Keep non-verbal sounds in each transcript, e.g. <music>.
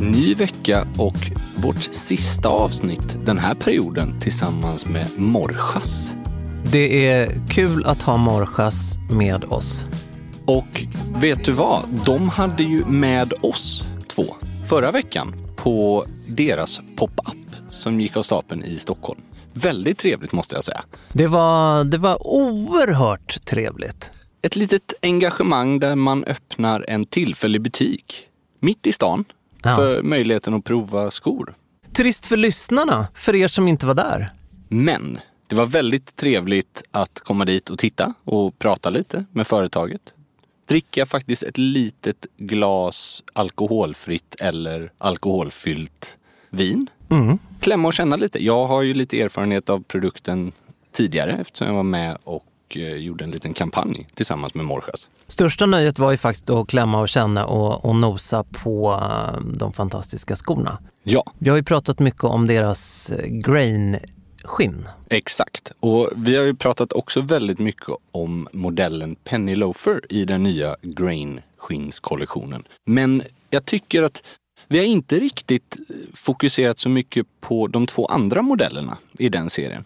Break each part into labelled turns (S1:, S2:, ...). S1: Ny vecka och vårt sista avsnitt den här perioden tillsammans med Morjas.
S2: Det är kul att ha Morjas med oss.
S1: Och vet du vad? De hade ju med oss två förra veckan på deras pop-up som gick av stapeln i Stockholm. Väldigt trevligt måste jag säga.
S2: Det var, det var oerhört trevligt.
S1: Ett litet engagemang där man öppnar en tillfällig butik mitt i stan
S2: Ja.
S1: för möjligheten att prova skor.
S2: Trist för lyssnarna, för er som inte var där.
S1: Men det var väldigt trevligt att komma dit och titta och prata lite med företaget. Dricka faktiskt ett litet glas alkoholfritt eller alkoholfyllt vin. Klämma och känna lite. Jag har ju lite erfarenhet av produkten tidigare eftersom jag var med och eh, gjorde en liten kampanj tillsammans med Morjas.
S2: Största nöjet var ju faktiskt att klämma och känna och, och nosa på eh, de fantastiska skorna.
S1: Ja,
S2: Vi har ju pratat mycket om deras eh, grain-skinn.
S1: Exakt. Och vi har ju pratat också väldigt mycket om modellen Penny Loafer i den nya Grain skinskollektionen. Men jag tycker att vi har inte riktigt fokuserat så mycket på de två andra modellerna i den serien.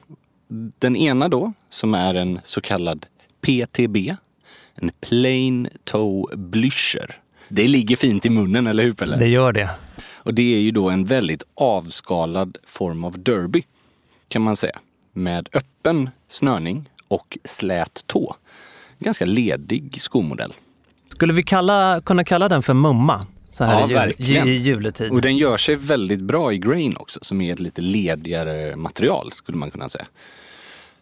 S1: Den ena då, som är en så kallad PTB, en Plain Toe Blücher. Det ligger fint i munnen, eller hur Pelle?
S2: Det gör det.
S1: Och det är ju då en väldigt avskalad form av derby, kan man säga. Med öppen snörning och slät tå. Ganska ledig skomodell.
S2: Skulle vi kalla, kunna kalla den för mumma? Så här
S1: Ja,
S2: i,
S1: verkligen.
S2: jul, i juletid.
S1: Och den gör sig väldigt bra i grain också, som är ett lite ledigare material skulle man kunna säga.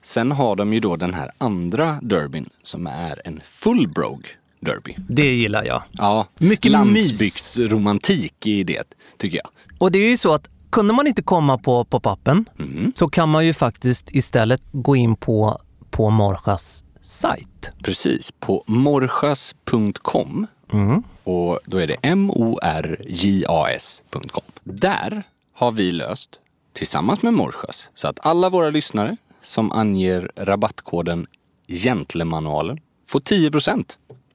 S1: Sen har de ju då den här andra derbyn som är en fullbrogue derby.
S2: Det gillar jag.
S1: Ja,
S2: Mycket mys.
S1: landsbygdsromantik i det, tycker jag.
S2: Och det är ju så att kunde man inte komma på pop-upen så kan man ju faktiskt istället gå in på, på Morjas sajt.
S1: Precis, på morjas.com. Och då är det m-o-r-j-a-s.com. Där har vi löst, tillsammans med Morjas, så att alla våra lyssnare som anger rabattkoden Gentlemanualen får 10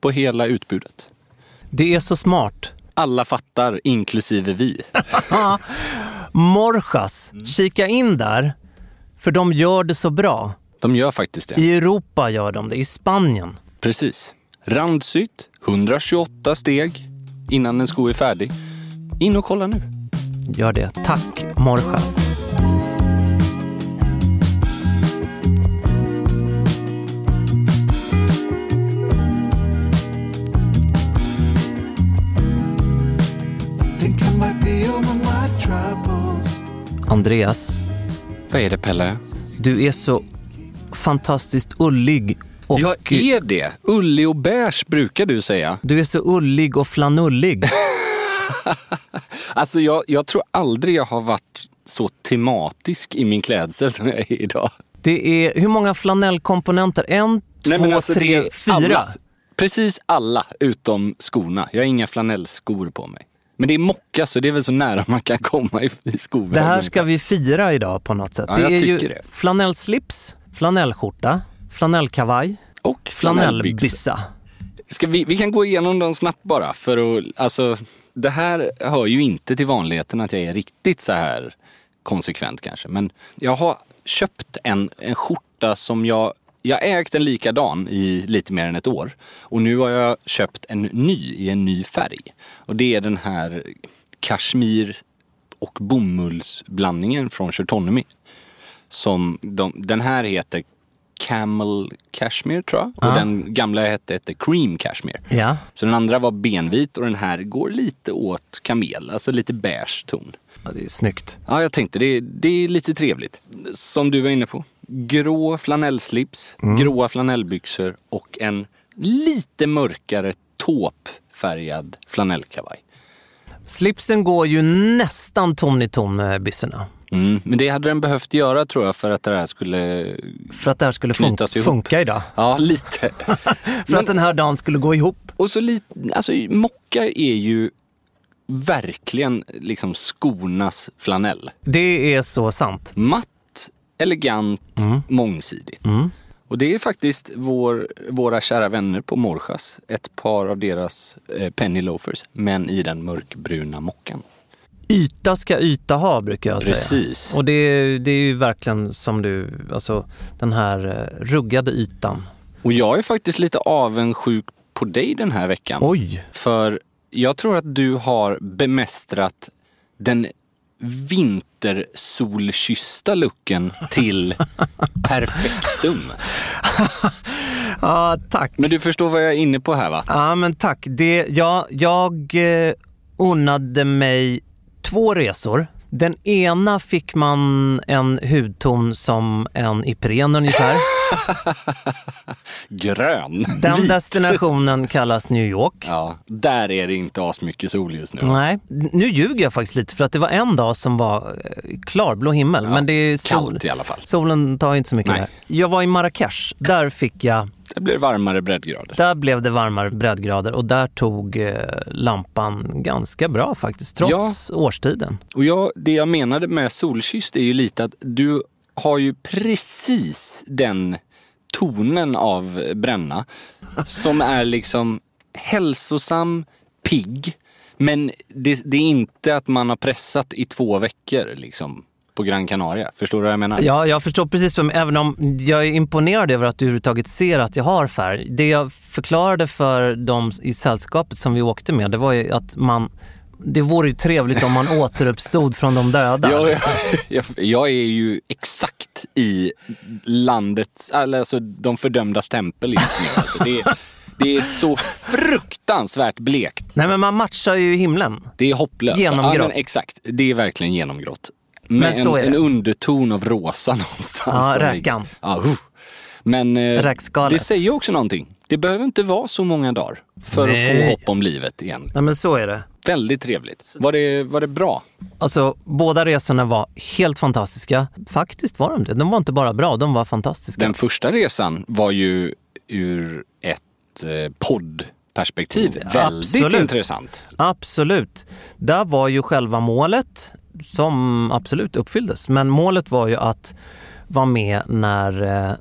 S1: på hela utbudet.
S2: Det är så smart.
S1: Alla fattar, inklusive vi.
S2: Morjas, kika in där, för de gör det så bra.
S1: De gör faktiskt det.
S2: I Europa gör de det, i Spanien.
S1: Precis. Randsytt, 128 steg innan en sko är färdig. In och kolla nu.
S2: Gör det. Tack Morjas.
S3: Think I might be over my troubles.
S2: Andreas,
S1: Vad är det Pelle?
S2: du är så fantastiskt ullig och
S1: Jag är det. Ullig och bärs brukar du säga.
S2: du är så ullig och flanullig.
S1: Alltså jag, jag tror aldrig jag har varit så tematisk i min klädsel som jag är idag.
S2: Det är, hur många flanellkomponenter? En, två,
S1: men alltså, det
S2: tre,
S1: är
S2: fyra.
S1: alla- Precis alla utom skorna. Jag har inga flanellskor på mig. Men det är mocka så det är väl så nära man kan komma i, i skovärlden.
S2: Det här ska vi fira idag på något sätt.
S1: Ja,
S2: det
S1: jag
S2: är ju
S1: tycker det.
S2: flanellslips, flanellskjorta, flanellkavaj,
S1: Och flanellbyxor.
S2: flanellbyssa.
S1: Ska vi, vi kan gå igenom dem snabbt bara. För att, alltså, det här hör ju inte till vanligheten att jag är riktigt så här konsekvent kanske. Men jag har köpt en, en skjorta som jag... Jag har ägt en likadan i lite mer än ett år. Och nu har jag köpt en ny i en ny färg. Och det är den här kashmir och bomullsblandningen från Chertonomy. Som de, den här heter Camel Cashmere tror jag. Och den gamla hette, hette Cream Cashmere.
S2: Ja.
S1: Så den andra var benvit och den här går lite åt kamel, alltså lite beige ton.
S2: ja, det är snyggt.
S1: Ja, jag tänkte det, det är lite trevligt. Som du var inne på. Grå flanellslips, gråa flanellbyxor och en lite mörkare tåpfärgad flanellkavaj.
S2: Slipsen går ju nästan ton i eh, ton med byssorna.
S1: Mm. Men det hade den behövt göra tror jag för att det här skulle...
S2: För att det här skulle fun-
S1: Knytas ihop.
S2: funka idag.
S1: Ja, lite.
S2: För att den här dagen skulle gå ihop.
S1: Och så lite, alltså mocka är ju verkligen liksom skornas flanell.
S2: Det är så sant.
S1: Matt, elegant, mångsidigt. Och det är faktiskt vår, våra kära vänner på Morjas, ett par av deras eh, penny loafers, men i den mörkbruna mockan.
S2: Yta ska yta ha, brukar jag säga.
S1: Precis.
S2: Och det är, det är ju verkligen som du, alltså den här eh, ruggade ytan.
S1: Och jag är faktiskt lite avundsjuk på dig den här veckan.
S2: Oj!
S1: För jag tror att du har bemästrat den vintersolkyssta looken till perfektum.
S2: Ja, tack.
S1: Men du förstår vad jag är inne på här va?
S2: Ja, men tack. Det, jag, jag eh, unnade mig två resor. Den ena fick man en hudton som en Ipren ungefär.
S1: Grön.
S2: Den destinationen kallas New York.
S1: Ja, där är det inte asmycket sol just nu.
S2: Nej, nu ljuger jag faktiskt lite för att det var en dag som var eh, klarblå himmel. men det är sol,
S1: kallt i alla fall.
S2: Solen tar ju inte så mycket
S1: Nej.
S2: där. Jag var i Marrakesh. Där fick jag
S1: Det blir varmare breddgrader.
S2: Där blev det varmare breddgrader och där tog eh, lampan ganska bra faktiskt, trots årstiden.
S1: Och jag, det jag menade med solkysst är ju lite att du har ju precis den tonen av bränna som är liksom hälsosam, pigg. Men det, det är inte att man har pressat i två veckor liksom på Gran Canaria. Förstår du vad jag menar?
S2: Ja, jag förstår precis, vad- även om jag är imponerad över att du överhuvudtaget ser att jag har färg. Det jag förklarade för dem i sällskapet som vi åkte med, det var ju att man det vore ju trevligt om man återuppstod från de döda.
S1: Jag, <laughs> jag, jag, jag är ju exakt i landets, alltså de fördömdas tempel just nu. Alltså det, det är så fruktansvärt blekt.
S2: Nej, men man matchar ju himlen.
S1: Det är hopplöst.
S2: Genomgrått.
S1: Ja, men exakt, det är verkligen genomgrått. Med
S2: Men så
S1: en,
S2: är det.
S1: en underton av rosa <laughs> någonstans.
S2: Ja,
S1: som
S2: räkan.
S1: ligger- Ja, uh. Men eh,
S2: Räkskalet.
S1: det säger ju också någonting. Det behöver inte vara så många dagar för att få
S2: Nej.
S1: hopp om livet igen.
S2: Nej, men så är det.
S1: Väldigt trevligt. Var det, var det bra?
S2: Alltså, båda resorna var helt fantastiska. Faktiskt var de det. De var inte bara bra, de var fantastiska.
S1: Den första resan var ju ur ett eh, poddperspektiv väldigt
S2: Mm, absolut.
S1: intressant.
S2: Absolut. Där var ju själva målet, som absolut uppfylldes, men målet var ju att vara med när eh,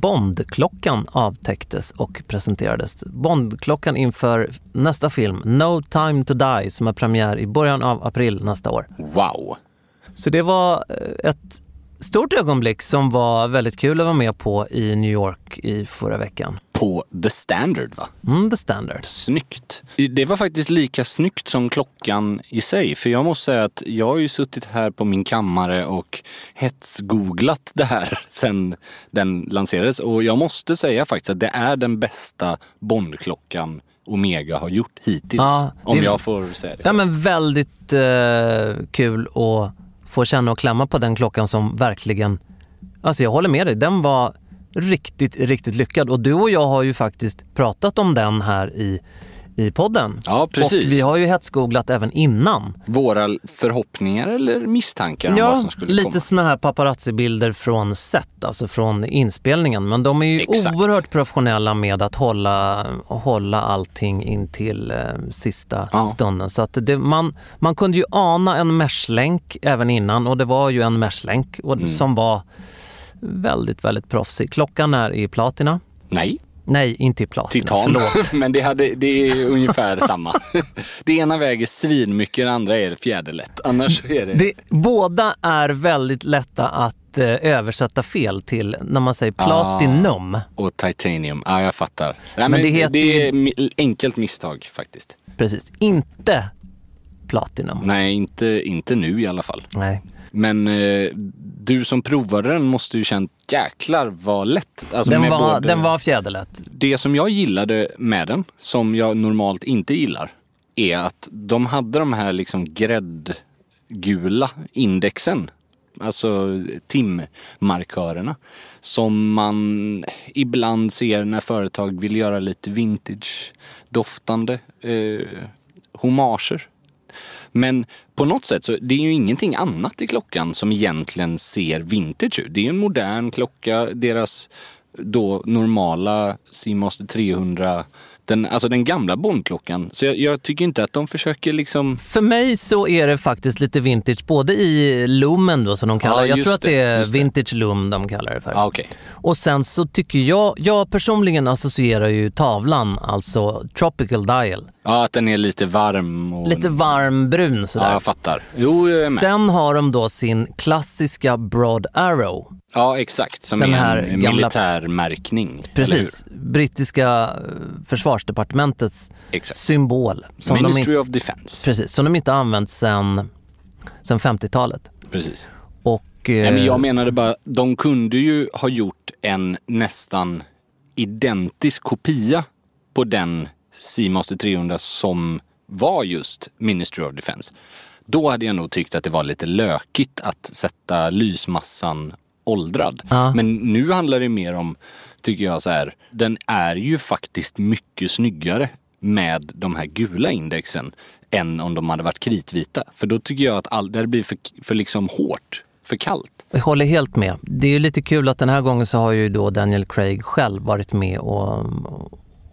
S2: Bondklockan avtäcktes och presenterades. Bondklockan inför nästa film, No time to die, som är premiär i början av april nästa år.
S1: Wow!
S2: Så det var eh, ett stort ögonblick som var väldigt kul att vara med på i New York i förra veckan.
S1: På The Standard va?
S2: Mm, the standard.
S1: Snyggt. Det var faktiskt lika snyggt som klockan i sig. För jag måste säga att jag har ju suttit här på min kammare och hetsgooglat det här <laughs> sen den lanserades. Och jag måste säga faktiskt att det är den bästa Bondklockan Omega har gjort hittills.
S2: Ja, det-
S1: Om jag får säga det.
S2: Ja, men väldigt eh, kul att få känna och klämma på den klockan som verkligen... Alltså jag håller med dig, den var riktigt, riktigt lyckad. Och du och jag har ju faktiskt pratat om den här i, i podden.
S1: Ja, precis.
S2: Och vi har ju hetsgooglat även innan.
S1: Våra förhoppningar eller misstankar om vad som skulle
S2: lite
S1: komma.
S2: såna här paparazzibilder från set, alltså från inspelningen. Men de är ju
S1: Exakt.
S2: oerhört professionella med att hålla, hålla allting in till eh, sista
S1: Ja.
S2: stunden. Så att det, man, man kunde ju ana en meshlänk även innan och det var ju en meshlänk och,
S1: Mm.
S2: som var väldigt, väldigt proffsig. Klockan är i platina.
S1: Nej,
S2: Nej, inte i platina.
S1: titan. <laughs>
S2: Förlåt.
S1: Men det, hade, det är ungefär
S2: <laughs>
S1: samma. Det ena väger svinmycket, det andra är fjäderlätt. Annars så är det...
S2: Det, båda är väldigt lätta att eh, översätta fel till när man säger
S1: Ah.
S2: platinum.
S1: Och titanium. Ja, jag fattar. Nej, men
S2: det heter
S1: det
S2: ju-
S1: är mi- enkelt misstag faktiskt.
S2: Precis, inte platinum.
S1: Nej, inte, inte nu i alla fall.
S2: Nej.
S1: Men eh, du som provade den måste ju känt jäklar vad lätt. Alltså
S2: Den,
S1: med
S2: var,
S1: både-
S2: den var fjäderlätt.
S1: Det som jag gillade med den, som jag normalt inte gillar, är att de hade de här liksom gräddgula indexen. Alltså timmarkörerna. Som man ibland ser när företag vill göra lite vintage-doftande eh, homager. Men på något sätt så det är ju ingenting annat i klockan som egentligen ser vintage ut. Det är ju en modern klocka. Deras då normala Seamaster 300, den, alltså den gamla Bondklockan. Så jag, jag tycker inte att de försöker liksom...
S2: För mig så är det faktiskt lite vintage, både i lummen då som de kallar
S1: Ja,
S2: det. Jag
S1: just
S2: tror att det
S1: det,
S2: är
S1: just det.
S2: vintage lum de kallar det för.
S1: Ja, okej.
S2: Och sen så tycker jag, jag personligen associerar ju tavlan, alltså tropical dial.
S1: Ja, att den är lite varm och...
S2: Lite varmbrun sådär.
S1: Ja, jag fattar. Jo, jag är med.
S2: Sen har de då sin klassiska broad arrow.
S1: Ja, exakt. Som
S2: Den
S1: är
S2: här
S1: en
S2: gamla-
S1: militärmärkning.
S2: Precis, brittiska eh, försvarsdepartementets
S1: Exakt.
S2: symbol. Som de,
S1: Ministry
S2: in-
S1: of Defense.
S2: precis, som de inte har använt sen, sen 50-talet.
S1: Precis.
S2: Och, eh,
S1: Nej, men jag menade bara, de kunde ju ha gjort en nästan identisk kopia på den Seamaster 300 som var just Ministry of Defense. Då hade jag nog tyckt att det var lite lökigt att sätta lysmassan åldrad. Men nu handlar det mer om, tycker jag så här, den är ju faktiskt mycket snyggare med de här gula indexen än om de hade varit kritvita. För då tycker jag att all, det hade blivit för, för liksom hårt, för kallt.
S2: Jag håller helt med. Det är ju lite kul att den här gången så har ju då Daniel Craig själv varit med och,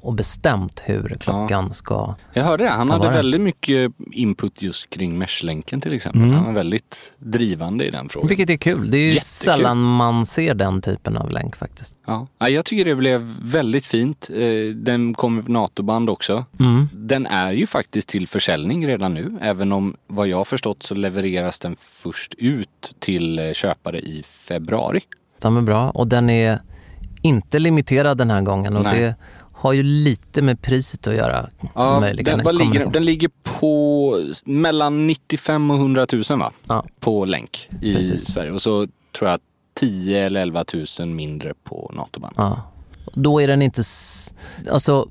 S2: och bestämt hur klockan ska...
S1: Jag hörde det. Han hade
S2: vara.
S1: väldigt mycket input just kring meshlänken till exempel. Han var väldigt drivande i den frågan.
S2: Mm. Vilket är kul. Det är ju
S1: Jättekul.
S2: sällan man ser den typen av länk faktiskt.
S1: Ja. Ja, jag tycker det blev väldigt fint. Eh, Den kommer på NATO-band också.
S2: Mm.
S1: Den är ju faktiskt till försäljning redan nu. Även om vad jag har förstått så levereras den först ut till eh, köpare i februari.
S2: Stämmer bra. Och den är inte limiterad den här gången och
S1: Nej.
S2: det har ju lite med priset att göra. möjligen.
S1: den, vad
S2: Kommer
S1: ligger, den?
S2: ihåg.
S1: den ligger på s- mellan 95 och 100 000 va?
S2: Ja.
S1: på länk i
S2: Precis.
S1: Sverige. Och så tror jag 10 eller 11 000 mindre på NATO-band.
S2: Ja. Då är den inte... s- Alltså,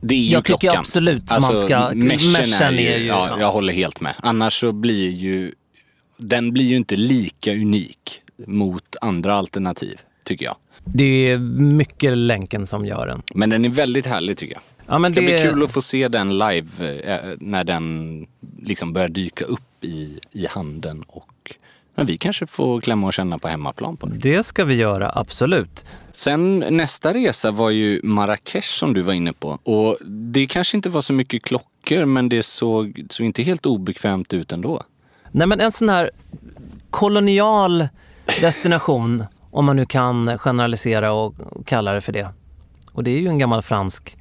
S1: Det är ju
S2: Jag tycker
S1: klockan. Alltså,
S2: absolut man ska-
S1: meshen
S2: meshen
S1: är
S2: är
S1: ju,
S2: ju-
S1: ja, jag håller helt med. Annars så blir ju... Den blir ju inte lika unik mot andra alternativ, tycker jag.
S2: det är mycket länken som gör den.
S1: Men den är väldigt härlig, tycker jag.
S2: Ja, men
S1: det ska
S2: det-
S1: bli kul att få se den live eh, när den liksom börjar dyka upp i, i handen. Och ja, vi kanske får klämma och känna på hemmaplan på den.
S2: Det ska vi göra, absolut.
S1: Sen nästa resa var ju Marrakesh som du var inne på. Och det kanske inte var så mycket klockor, men det såg, såg inte helt obekvämt ut ändå.
S2: Nej, men en sån här kolonial destination, om man nu kan generalisera och och kalla det för det. Och det är ju en gammal fransk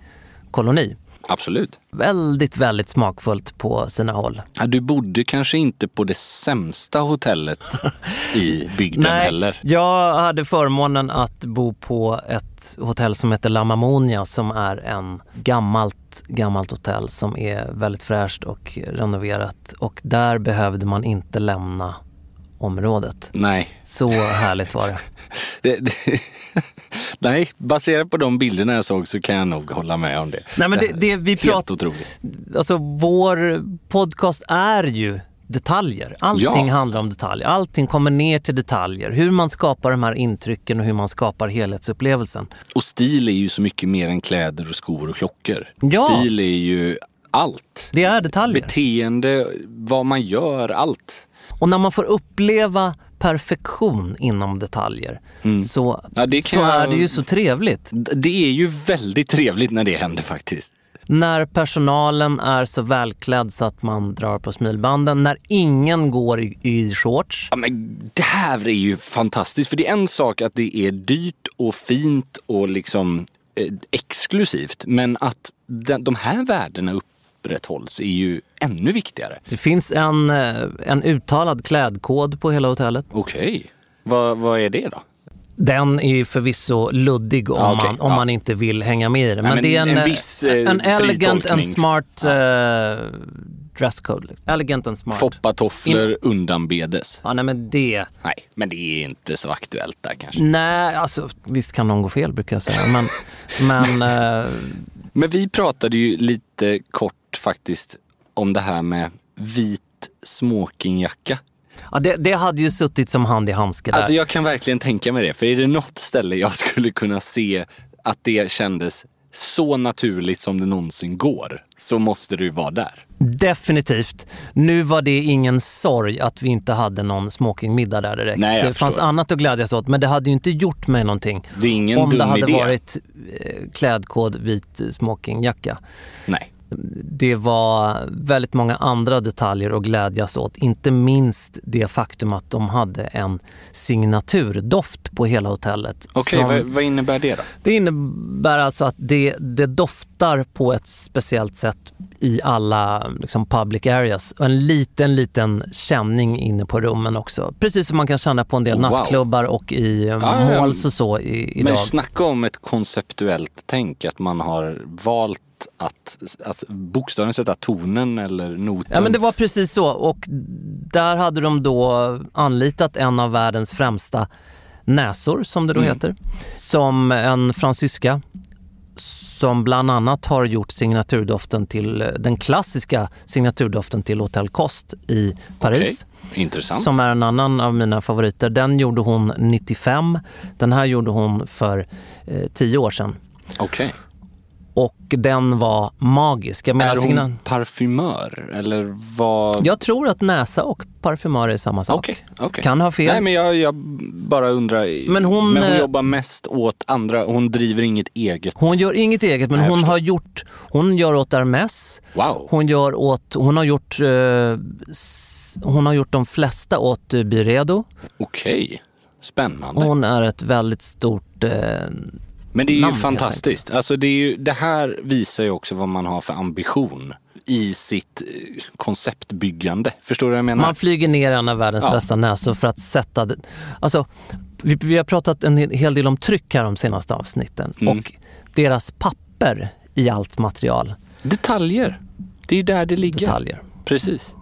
S2: koloni.
S1: Absolut.
S2: Väldigt, väldigt smakfullt på sina håll.
S1: Ja, du bodde kanske inte på det sämsta hotellet i bygden heller.
S2: jag hade förmånen att bo på ett hotell som heter La Mamonia som är en gammalt, gammalt hotell som är väldigt fräscht och renoverat. Och där behövde man inte lämna området.
S1: Nej. <laughs>
S2: Så härligt var det.
S1: Det, det, <laughs> nej, baserat på de bilderna jag såg så kan jag nog hålla med om det.
S2: Nej, men det, det, vi
S1: Helt
S2: pratar,
S1: otroligt.
S2: alltså vår podcast Alltså, är ju detaljer. Allting
S1: Ja.
S2: handlar om detaljer. Allting kommer ner till detaljer. Hur man skapar de här intrycken och hur man skapar helhetsupplevelsen.
S1: Och stil är ju så mycket mer än kläder och skor och klockor.
S2: Ja.
S1: Stil är ju allt.
S2: Det är detaljer.
S1: Beteende, vad man gör, allt.
S2: Och när man får uppleva perfektion inom detaljer så,
S1: Mm. Ja, det kan
S2: så
S1: jag-
S2: är det ju så trevligt.
S1: D- Det är ju väldigt trevligt när det händer faktiskt.
S2: När personalen är så välklädd så att man drar på smilbanden. När ingen går i, i shorts.
S1: Ja, men det här är ju fantastiskt. För det är en sak att det är dyrt och fint och liksom eh, exklusivt. Men att de, de här värdena upprätthålls är ju ännu viktigare.
S2: Det finns en, eh, en uttalad klädkod på hela hotellet.
S1: Okej, vad, vad är det då?
S2: Den är ju förvisso luddig om,
S1: Ja, okej.
S2: man, om
S1: Ja.
S2: man inte vill hänga med i det. Men,
S1: men
S2: det är en,
S1: en
S2: eh,
S1: viss, eh,
S2: en
S1: fri
S2: elegant, en
S1: tolkning.
S2: smart eh, dresscode. liksom. Elegant and smart.
S1: Foppatofflor undanbedes.
S2: Ja, nej, men det...
S1: Nej, men det är inte så aktuellt där kanske.
S2: Nej, alltså visst kan någon gå fel brukar jag säga.
S1: <laughs>
S2: Men, men eh,
S1: Men vi pratade ju lite kort faktiskt om det här med vit smokingjacka.
S2: ja, det, det hade ju suttit som hand i handske där.
S1: Alltså jag kan verkligen tänka mig det. För är det något ställe jag skulle kunna se att det kändes så naturligt som det någonsin går, så måste det ju vara där.
S2: Definitivt. Nu var det ingen sorg att vi inte hade någon smokingmiddag där direkt.
S1: Nej, jag
S2: det fanns
S1: förstår.
S2: annat att glädjas åt, men det hade ju inte gjort mig någonting.
S1: Det är ingen
S2: om det
S1: dum
S2: hade
S1: idé.
S2: varit eh, klädkod, vit eh, smokingjacka.
S1: Nej.
S2: Det var väldigt många andra detaljer att glädjas åt. Inte minst det faktum att de hade en signaturdoft på hela hotellet.
S1: Okej,
S2: som-
S1: vad, vad innebär det då?
S2: det innebär alltså att det, det doftar på ett speciellt sätt i alla liksom, public areas. Och en liten, liten känning inne på rummen också. Precis som man kan känna på en del
S1: Oh, wow.
S2: nattklubbar och i eh,
S1: ja, ja.
S2: malls och så i, idag.
S1: Men snacka om ett konceptuellt tänk, att man har valt att, att bokstavligen sätta tonen eller noten.
S2: Ja, men det var precis så. Och där hade de då anlitat en av världens främsta näsor, som det då
S1: Mm.
S2: heter, som en fransyska som bland annat har gjort signaturdoften till den klassiska signaturdoften till Hotel Kost i Paris.
S1: Okej, Intressant.
S2: Som är en annan av mina favoriter. Den gjorde hon 95. Den här gjorde hon för eh, tio år sedan.
S1: Okej.
S2: Och den var magisk. Jag menar,
S1: Är hon
S2: signa-
S1: parfymör eller vad?
S2: Jag tror att näsa och parfymör är samma sak.
S1: Okej, okej.
S2: Kan ha fel.
S1: Nej men jag, jag bara undrar.
S2: Men hon, eh,
S1: jobbar mest åt andra, hon driver inget eget.
S2: Hon gör inget eget, men
S1: Nej, jag
S2: hon
S1: förstår.
S2: har gjort... Hon gör åt Hermès.
S1: Wow.
S2: Hon, gör åt, hon, har gjort, eh, s, hon har gjort de flesta åt eh, Byredo.
S1: Okej, spännande.
S2: Och hon är ett väldigt stort... Eh,
S1: men det är ju
S2: namn, helt
S1: fantastiskt. Alltså det, är ju, det här visar ju också vad man har för ambition i sitt eh, konceptbyggande. Förstår du vad jag menar?
S2: man flyger ner en av världens
S1: Ja.
S2: bästa näsor för att sätta... Det. Alltså, vi, vi har pratat en hel del om tryck här de senaste avsnitten.
S1: Mm.
S2: Och deras papper i allt material.
S1: Detaljer. Det är ju där det ligger.
S2: Detaljer.
S1: Precis.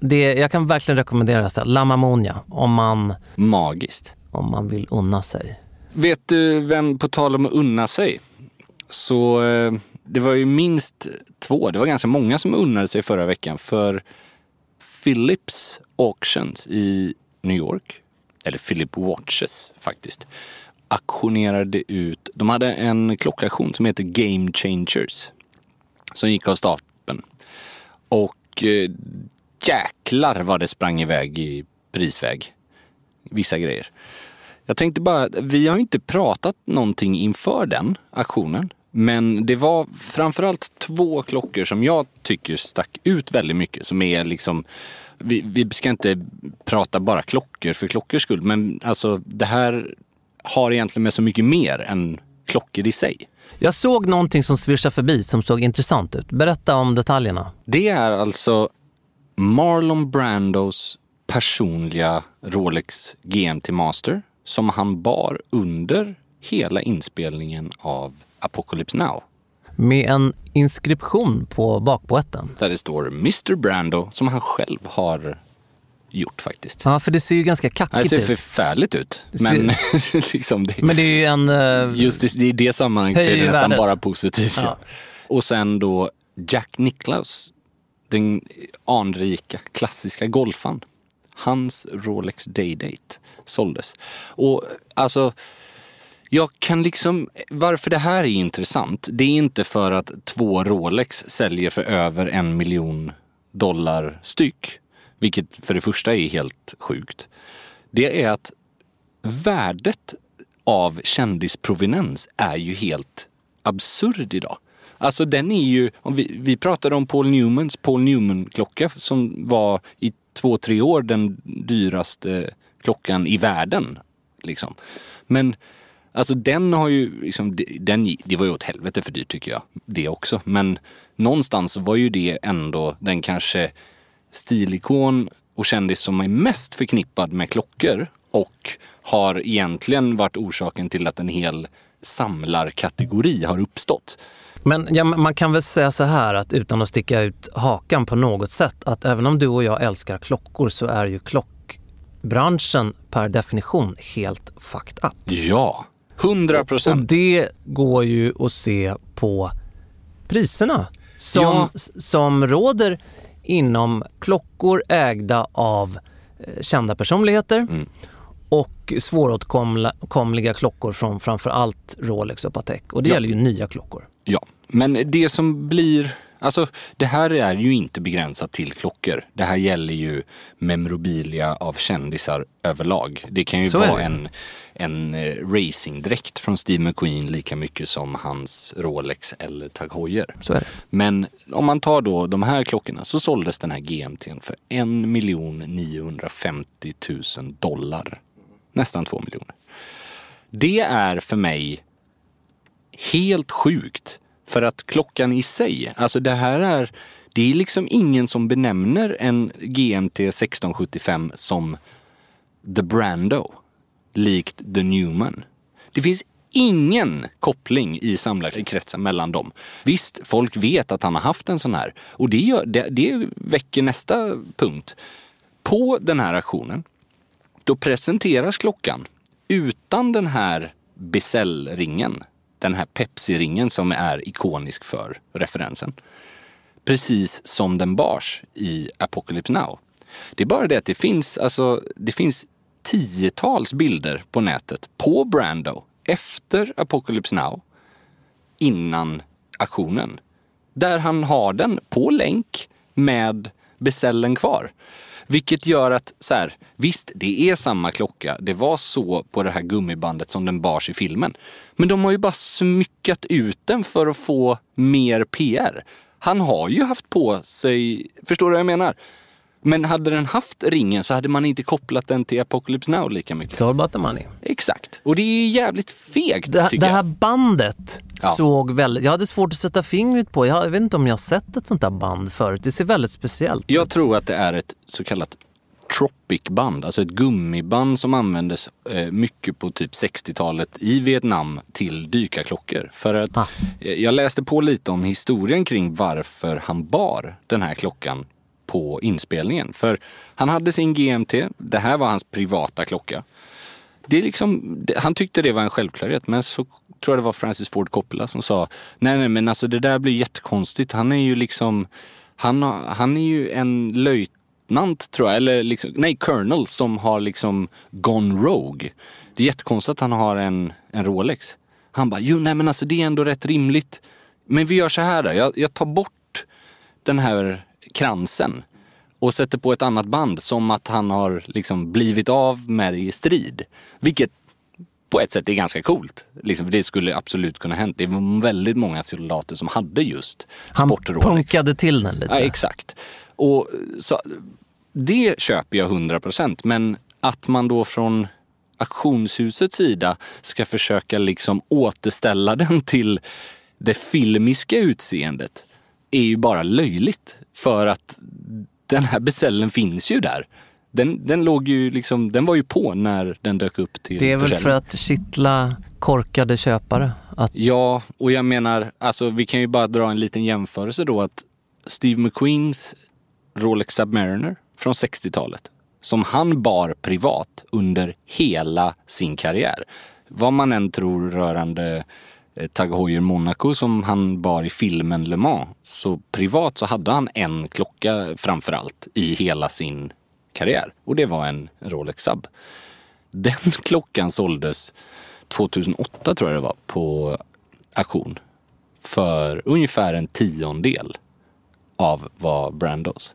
S2: Det, jag kan verkligen rekommendera det här stället. La Mamonia, om man,
S1: Magiskt.
S2: om man vill unna sig.
S1: Vet du vem, på tal om att unna sig, så eh, det var ju minst två, det var ganska många som unnade sig förra veckan för Philips Auctions i New York, eller Philip Watches faktiskt, auktionerade ut, de hade en klockauktion som heter Game Changers som gick av stapeln. Och eh, jäklar vad det sprang iväg i prisväg, vissa grejer. Jag tänkte bara, att vi har ju inte pratat någonting inför den aktionen. Men det var framförallt två klockor som jag tycker stack ut väldigt mycket. Som är liksom, vi, vi ska inte prata bara klockor för klockors skull. Men alltså det här har egentligen med så mycket mer än klockor i sig.
S2: Jag såg någonting som svischade förbi som såg intressant ut. Berätta om detaljerna.
S1: Det är alltså Marlon Brandos personliga Rolex GMT Master som han bar under hela inspelningen av Apocalypse Now.
S2: Med en inskription på bakboetten.
S1: Där det står Mr Brando som han själv har gjort faktiskt.
S2: Ja, för det ser ju ganska
S1: Det
S2: kackigt
S1: ser
S2: ut.
S1: förfärligt ut.
S2: ser-
S1: Men <laughs> liksom det,
S2: Men det är ju en... eh,
S1: just i, i det sammanhanget så är
S2: Höjer
S1: det nästan
S2: värdet.
S1: bara positivt.
S2: Ja.
S1: Ja. Och sen då Jack Nicklaus den anrika klassiska golfan. Hans Rolex Day-Date såldes. Och alltså, jag kan liksom... Varför det här är intressant, det är inte för att två Rolex säljer för över en miljon dollar styck. Vilket för det första är helt sjukt. Det är att värdet av kändisproveniens är ju helt absurd idag. Alltså den är ju, om vi, vi pratade om Paul Newmans Paul Newman-klocka som var i två, tre år den dyraste klockan i världen. Liksom. Men alltså den har ju, liksom, den, det var ju åt helvete för dyrt tycker jag, det också. Men någonstans var ju det ändå den kanske stilikon och kändis som är mest förknippad med klockor och har egentligen varit orsaken till att en hel samlarkategori har uppstått.
S2: Men ja, men man kan väl säga så här, att utan att sticka ut hakan på något sätt, att även om du och jag älskar klockor så är ju klockbranschen per definition helt fucked up.
S1: Ja, 100
S2: Och
S1: procent.
S2: det går ju att se på priserna som,
S1: Ja.
S2: s- som råder inom klockor ägda av eh, kända personligheter
S1: Mm.
S2: och svåråtkomliga klockor från framförallt Rolex och Patek. Och det gäller ju nya klockor.
S1: Ja, men det som blir... Alltså, det här är ju inte begränsat till klockor. Det här gäller ju memorabilia av kändisar överlag. Det kan ju
S2: Så är
S1: vara
S2: det.
S1: en, en eh, racingdräkt från Steve McQueen lika mycket som hans Rolex eller Tag Heuer.
S2: Så är det.
S1: Men om man tar då de här klockorna så såldes den här GMT'n för 1 950 000 dollar. Nästan 2 miljoner. Det är för mig helt sjukt. För att klockan i sig, alltså det här är, det är liksom ingen som benämner en GMT 1675 som The Brando, likt The Newman. Det finns ingen koppling i samlarkretsen mellan dem. Visst, folk vet att han har haft en sån här och det, gör, det, det väcker nästa punkt. På den här aktionen då presenteras klockan utan den här beställringen, den här Pepsi-ringen som är ikonisk för referensen. Precis som den bars i Apocalypse Now. Det är bara det att det finns, alltså, det finns tiotals bilder på nätet på Brando efter Apocalypse Now innan aktionen. Där han har den på länk med besällen kvar. Vilket gör att, så här, visst det är samma klocka, det var så på det här gummibandet som den bars i filmen. Men de har ju bara smyckat ut den för att få mer PR. Han har ju haft på sig, förstår du vad jag menar? Men hade den haft ringen så hade man inte kopplat den till Apocalypse Now lika mycket.
S2: It's all about the money.
S1: Exakt. Och det är jävligt fegt
S2: Det,
S1: tycker
S2: det här
S1: jag.
S2: bandet
S1: Ja.
S2: såg väldigt... Jag hade svårt att sätta fingret på. Jag vet inte om jag har sett ett sånt där band förut. Det ser väldigt speciellt
S1: Jag tror att det är ett så kallat tropic-band, alltså ett gummiband som användes eh, mycket på typ 60-talet i Vietnam till dykarklockor. För att
S2: Ah.
S1: eh, jag läste på lite om historien kring varför han bar den här klockan på inspelningen. För han hade sin GMT, det här var hans privata klocka. Det är liksom, det, han tyckte det var en självklarhet, men så tror jag det var Francis Ford Coppola som sa nej, nej, men alltså det där blir jättekonstigt. Han är ju liksom, han, har- han är ju en löjtnant tror jag, eller liksom, nej, colonel som har liksom gone rogue. Det är jättekonstigt att han har en, en Rolex. Han bara, jo nej men alltså det är ändå rätt rimligt. Men vi gör så här då, jag, jag tar bort den här kransen och sätter på ett annat band som att han har liksom blivit av med det i strid. Vilket på ett sätt är ganska coolt. Liksom, det skulle absolut kunna hänt. Det var väldigt många soldater som hade just
S2: Han
S1: sport-Rolex.
S2: punkade till den lite.
S1: Ja, exakt. Och så, det köper jag 100%, men att man då från auktionshusets sida ska försöka liksom återställa <laughs> den till det filmiska utseendet är ju bara löjligt. För att den här beställningen finns ju där. Den, den, låg ju liksom, den var ju på när den dök upp till
S2: det är väl
S1: försäljning.
S2: för att kittla korkade köpare. Att,
S1: Ja, och jag menar, alltså vi kan ju bara dra en liten jämförelse då att Steve McQueens Rolex Submariner från 60-talet, som han bar privat under hela sin karriär. Vad man än tror rörande eh, Tag Heuer Monaco som han bar i filmen Le Mans. Så privat så hade han en klocka framför allt i hela sin karriär. Och det var en Rolex Sub. Den <laughs> klockan såldes 2008 tror jag det var på auktion för ungefär en tiondel av vad Brandos.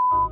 S4: a-"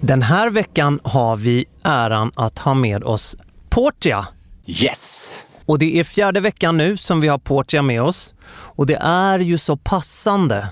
S2: Den här veckan har vi äran att ha med oss Portia.
S1: Yes!
S2: Och det är fjärde veckan nu som vi har Portia med oss. Och det är ju så passande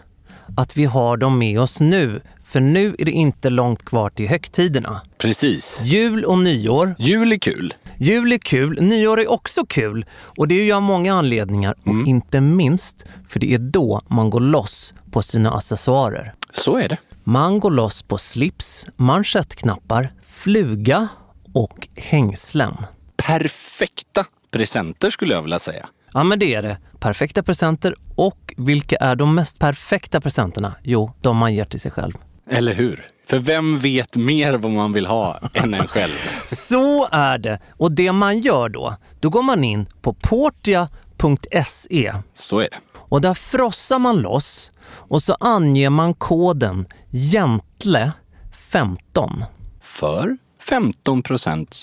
S2: att vi har dem med oss nu. För nu är det inte långt kvar till högtiderna.
S1: Precis.
S2: Jul och nyår.
S1: Jul är kul.
S2: Jul är kul, nyår är också kul. Och det är ju av många anledningar.
S1: Mm.
S2: Och inte minst för det är då man går loss på sina accessoarer.
S1: Så är det.
S2: Man går loss på slips, manschettknappar, fluga och hängslen.
S1: Perfekta presenter skulle jag vilja säga.
S2: Ja, men det är det. Perfekta presenter. Och vilka är de mest perfekta presenterna? Jo, de man ger till sig själv.
S1: Eller hur? För vem vet mer vad man vill ha än en själv?
S2: Så är det. Och det man gör då, då går man in på portia.se
S1: <laughs> Så är det.
S2: och där frossar man loss och så anger man koden JÄNTLE15.
S1: För 15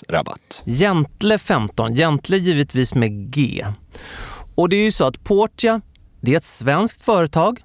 S1: rabatt.
S2: Gentle15. Gentle givetvis med G. Och det är ju så att Portia, det är ett svenskt företag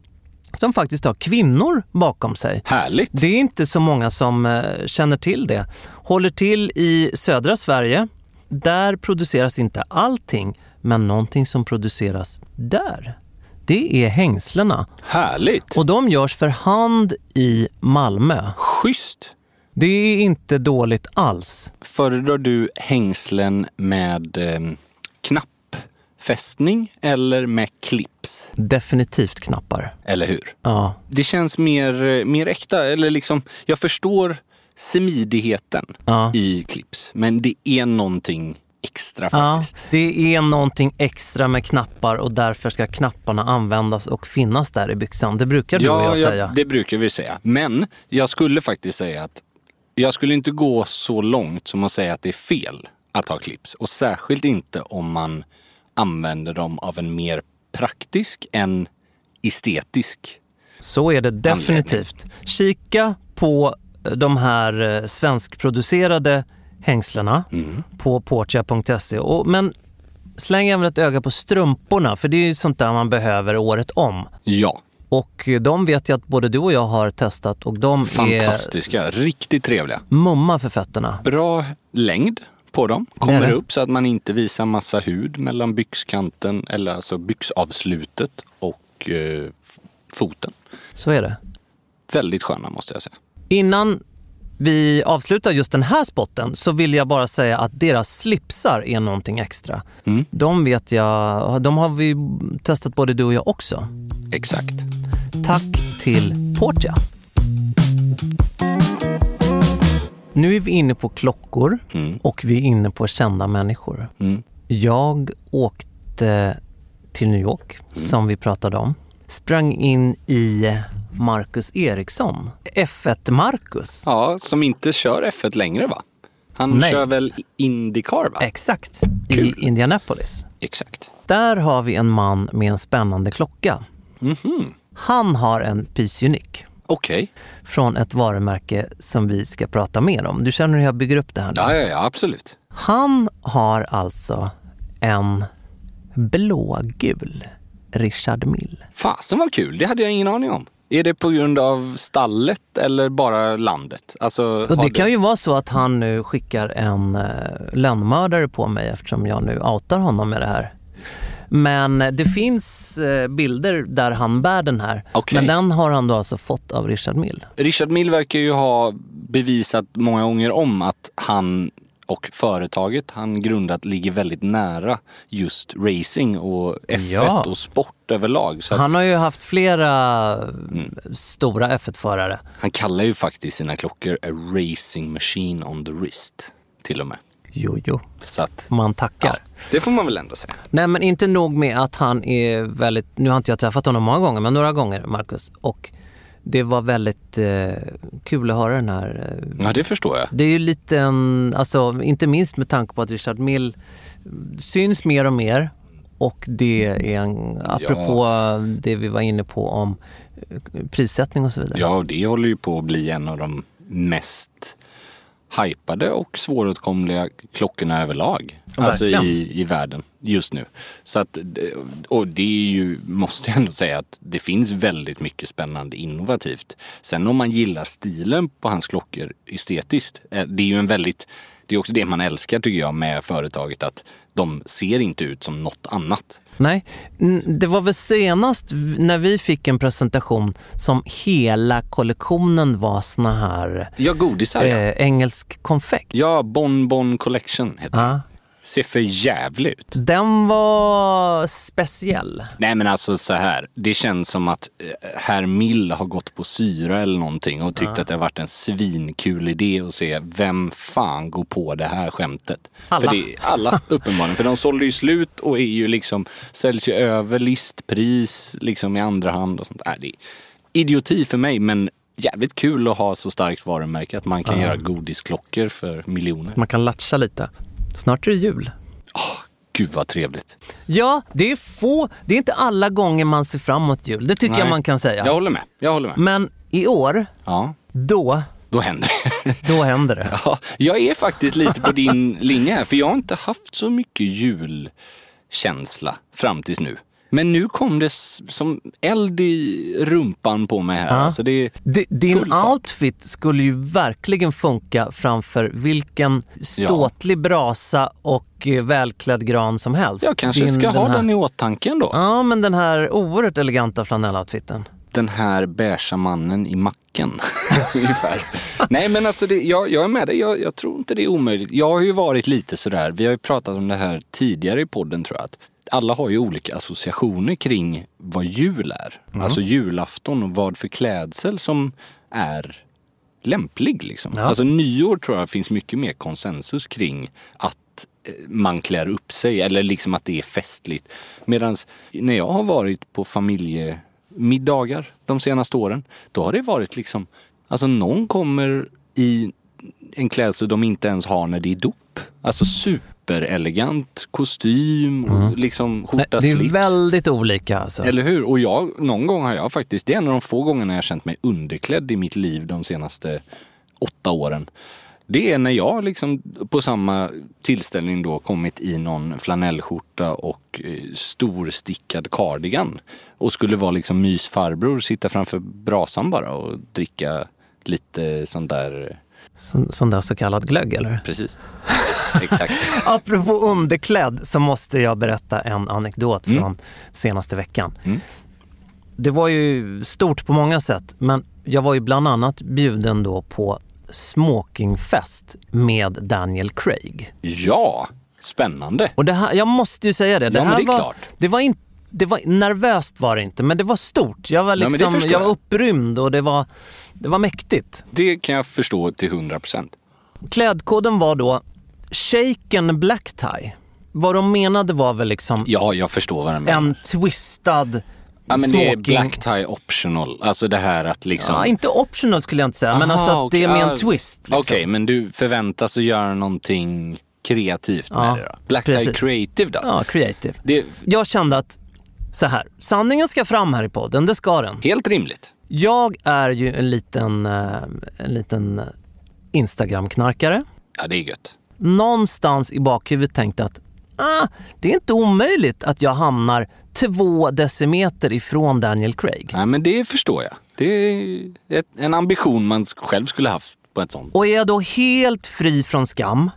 S2: som faktiskt har kvinnor bakom sig.
S1: Härligt!
S2: Det är inte så många som eh, känner till det. Håller till i södra Sverige. Där produceras inte allting, men någonting som produceras där, det är hängslena.
S1: Härligt!
S2: Och de görs för hand i Malmö.
S1: schysst!
S2: Det är inte dåligt alls.
S1: Föredrar du hängslen med eh, knappfästning eller med clips?
S2: Definitivt knappar.
S1: Eller hur?
S2: Ja.
S1: Det känns mer, eh, mer äkta. Eller liksom, jag förstår smidigheten
S2: Ja.
S1: i clips, men det är någonting extra
S2: Ja,
S1: faktiskt.
S2: det är någonting extra med knappar och därför ska knapparna användas och finnas där i byxan. Det brukar du och jag
S1: ja,
S2: säga.
S1: det brukar vi säga. Men jag skulle faktiskt säga att jag skulle inte gå så långt som att säga att det är fel att ha clips. Och särskilt inte om man använder dem av en mer praktisk än estetisk.
S2: Så är det definitivt. Kika på de här eh, svenskproducerade hängslena
S1: Mm.
S2: på portia.se. Och, men släng även ett öga på strumporna, för det är ju sånt där man behöver året om.
S1: Ja,
S2: Och eh, de vet jag att både du och jag har testat och de är
S1: fantastiska. Riktigt trevliga.
S2: mumma för fötterna.
S1: Bra längd på dem.
S2: Det är
S1: Kommer
S2: det.
S1: upp så att man inte visar massa hud mellan byxkanten, eller alltså byxavslutet och eh, f- foten.
S2: Så är det.
S1: Väldigt sköna måste jag säga.
S2: Innan vi avslutar just den här spotten så vill jag bara säga att deras slipsar är någonting extra. De vet jag, de har vi testat både du och jag också.
S1: Exakt.
S2: Tack till Portia. Nu är vi inne på klockor och vi är inne på kända människor. Jag åkte till New York, som vi pratade om. Sprang in i Marcus Eriksson. F1 Marcus.
S1: Ja, som inte kör F1 längre va? Han
S2: Nej.
S1: kör väl Indycar va?
S2: Exakt, i
S1: Kul.
S2: Indianapolis.
S1: Exakt.
S2: Där har vi en man med en spännande klocka.
S1: Mhm.
S2: Han har en Peace Unique
S1: Okej.
S2: från ett varumärke som vi ska prata mer om. Du känner hur jag bygger upp det här nu?
S1: Ja, ja, ja, absolut.
S2: Han har alltså en blågul Richard Mill.
S1: Fasen vad kul, det hade jag ingen aning om. Är det på grund av stallet eller bara landet? Alltså,
S2: Och
S1: har
S2: det
S1: du-
S2: kan ju vara så att han nu skickar en eh, lönnmördare på mig eftersom jag nu outar honom med det här. Men eh, det finns eh, bilder där han bär den här.
S1: Okej.
S2: Men den har han då alltså fått av Richard Mill.
S1: Richard Mill verkar ju ha bevisat många gånger om att han och företaget han grundat ligger väldigt nära just racing och F1
S2: Ja.
S1: och sport överlag. Så Mm. han...
S2: Han har ju haft flera stora F1-förare.
S1: han kallar ju faktiskt sina klockor a racing machine on the wrist till och med.
S2: Jo, jo.
S1: Så att,
S2: Man tackar.
S1: ja, det får man väl ändå säga.
S2: Nej, men inte nog med att han är väldigt... Nu har inte jag träffat honom många gånger, men några gånger, Marcus. Och det var väldigt eh, kul att höra den här... Eh,
S1: Ja, det förstår jag.
S2: det är ju lite en... Alltså, inte minst med tanke på att Richard Mill syns mer och mer. Och det är en... Apropå det vi var inne på om eh, prissättning och så vidare.
S1: Ja, och det håller ju på att bli en av de mest hypade och svåråtkomliga klockorna överlag. Alltså
S2: Verkligen.
S1: i, i världen just nu. Så att, och det är ju, måste jag ändå säga att det finns väldigt mycket spännande innovativt. Sen om man gillar stilen på hans klockor estetiskt, eh, det är ju en väldigt det är också det man älskar tycker jag med företaget att de ser inte ut som något annat.
S2: Nej, n- det var väl senast v- när vi fick en presentation som hela kollektionen var såna här
S1: Ja, godisar ja.
S2: eh, engelsk konfekt.
S1: Ja, Bon Bon Collection heter
S2: Ja.
S1: den. Ser för jävligt ut.
S2: Den var speciell.
S1: Nej men alltså så här, det känns som att eh, herr Mill har gått på syra eller någonting och tyckt att det har varit en svinkul idé att se vem fan går på det här skämtet.
S2: Alla.
S1: För det, alla uppenbarligen, för de sålde ju slut och är ju liksom, säljs ju över listpris liksom i andra hand och sånt. Äh, det är idioti för mig men jävligt kul att ha så starkt varumärke att man kan göra godisklockor för miljoner.
S2: Man kan latcha lite. Snart är det jul.
S1: Gud vad trevligt.
S2: Ja, det är få. Det är inte alla gånger man ser fram emot jul. Det tycker jag
S1: Nej.
S2: man kan
S1: Jag
S2: säga.
S1: håller med, jag håller med.
S2: Men i år,
S1: Ja,
S2: då,
S1: då händer det. <laughs>
S2: då händer det.
S1: Ja, jag är faktiskt lite på din linje här, för jag har inte haft så mycket julkänsla fram tills nu. Men nu kom det s- som eld i rumpan på mig här. Alltså det,
S2: Di-
S1: Full
S2: Din
S1: fart.
S2: outfit skulle ju verkligen funka framför vilken ståtlig brasa och eh, välklädd gran som helst.
S1: jag kanske
S2: Din-
S1: ska ha
S2: här-
S1: den i åtanke ändå.
S2: Ja, men den här oerhört eleganta flanelloutfiten.
S1: Den här beigea mannen i macken. <laughs> Ungefär. Nej men alltså, det, jag, jag är med dig. Jag, jag tror inte det är omöjligt. Jag har ju varit lite sådär, vi har ju pratat om det här tidigare i podden tror jag. Att alla har ju olika associationer kring vad jul är. Alltså julafton och vad för klädsel som är lämplig. Liksom. Alltså nyår tror jag finns mycket mer konsensus kring att eh, man klär upp sig eller liksom att det är festligt. Medan när jag har varit på familjemiddagar de senaste åren, då har det varit liksom, alltså någon kommer i en klädsel de inte ens har när det är dop. Alltså superelegant kostym, och liksom
S2: Mm. Nej,
S1: skjorta,
S2: Det är
S1: slips.
S2: väldigt olika alltså.
S1: Eller hur? Och jag, någon gång har jag faktiskt, det är en av de få gångerna jag har känt mig underklädd i mitt liv de senaste åtta åren. Det är när jag liksom på samma tillställning då kommit i någon flanellskjorta och eh, storstickad cardigan och skulle vara liksom mysfarbror, sitta framför brasan bara och dricka lite sånt där. eh,
S2: Sån, sån där så kallad glögg eller?
S1: Precis. <laughs> Exakt.
S2: Apropå underklädd så måste jag berätta en anekdot
S1: Mm.
S2: från senaste veckan. Det var ju stort på många sätt, men Jag var ju bland annat bjuden då på smokingfest med Daniel Craig.
S1: Ja, spännande.
S2: Och det här, jag måste ju säga det. Det,
S1: Ja, men
S2: här
S1: det är
S2: var,
S1: klart.
S2: Det var inte det var, nervöst var det inte, men det var stort. Jag var,
S1: Ja, men det
S2: liksom,
S1: förstår
S2: jag var
S1: jag.
S2: upprymd och det var, det var mäktigt.
S1: Det kan jag förstå till 100 procent.
S2: Klädkoden var då shaken black tie. Vad de menade var väl liksom
S1: Ja, jag förstår vad du menar.
S2: en twistad
S1: Ja, men det är
S2: smoking.
S1: black tie optional. Alltså det här att liksom...
S2: ja, inte optional skulle jag inte säga, men
S1: Aha,
S2: alltså att det är
S1: okej.
S2: med
S1: Ah,
S2: en twist. Liksom.
S1: Okej, men du förväntas att göra någonting kreativt med
S2: Ja,
S1: det då? Black tie
S2: precis.
S1: creative då?
S2: Ja, creative.
S1: Det är
S2: Jag kände att, så här, sanningen ska fram här i podden, det ska den.
S1: helt rimligt.
S2: Jag är ju en liten, eh, en liten Instagram-knarkare.
S1: Ja, det är gött.
S2: Någonstans i bakhuvudet tänkte att ah, det är inte omöjligt att jag hamnar två decimeter ifrån Daniel Craig.
S1: Nej, men det förstår jag. Det är ett, en ambition man själv skulle haft på ett sånt.
S2: Och är jag då helt fri från skam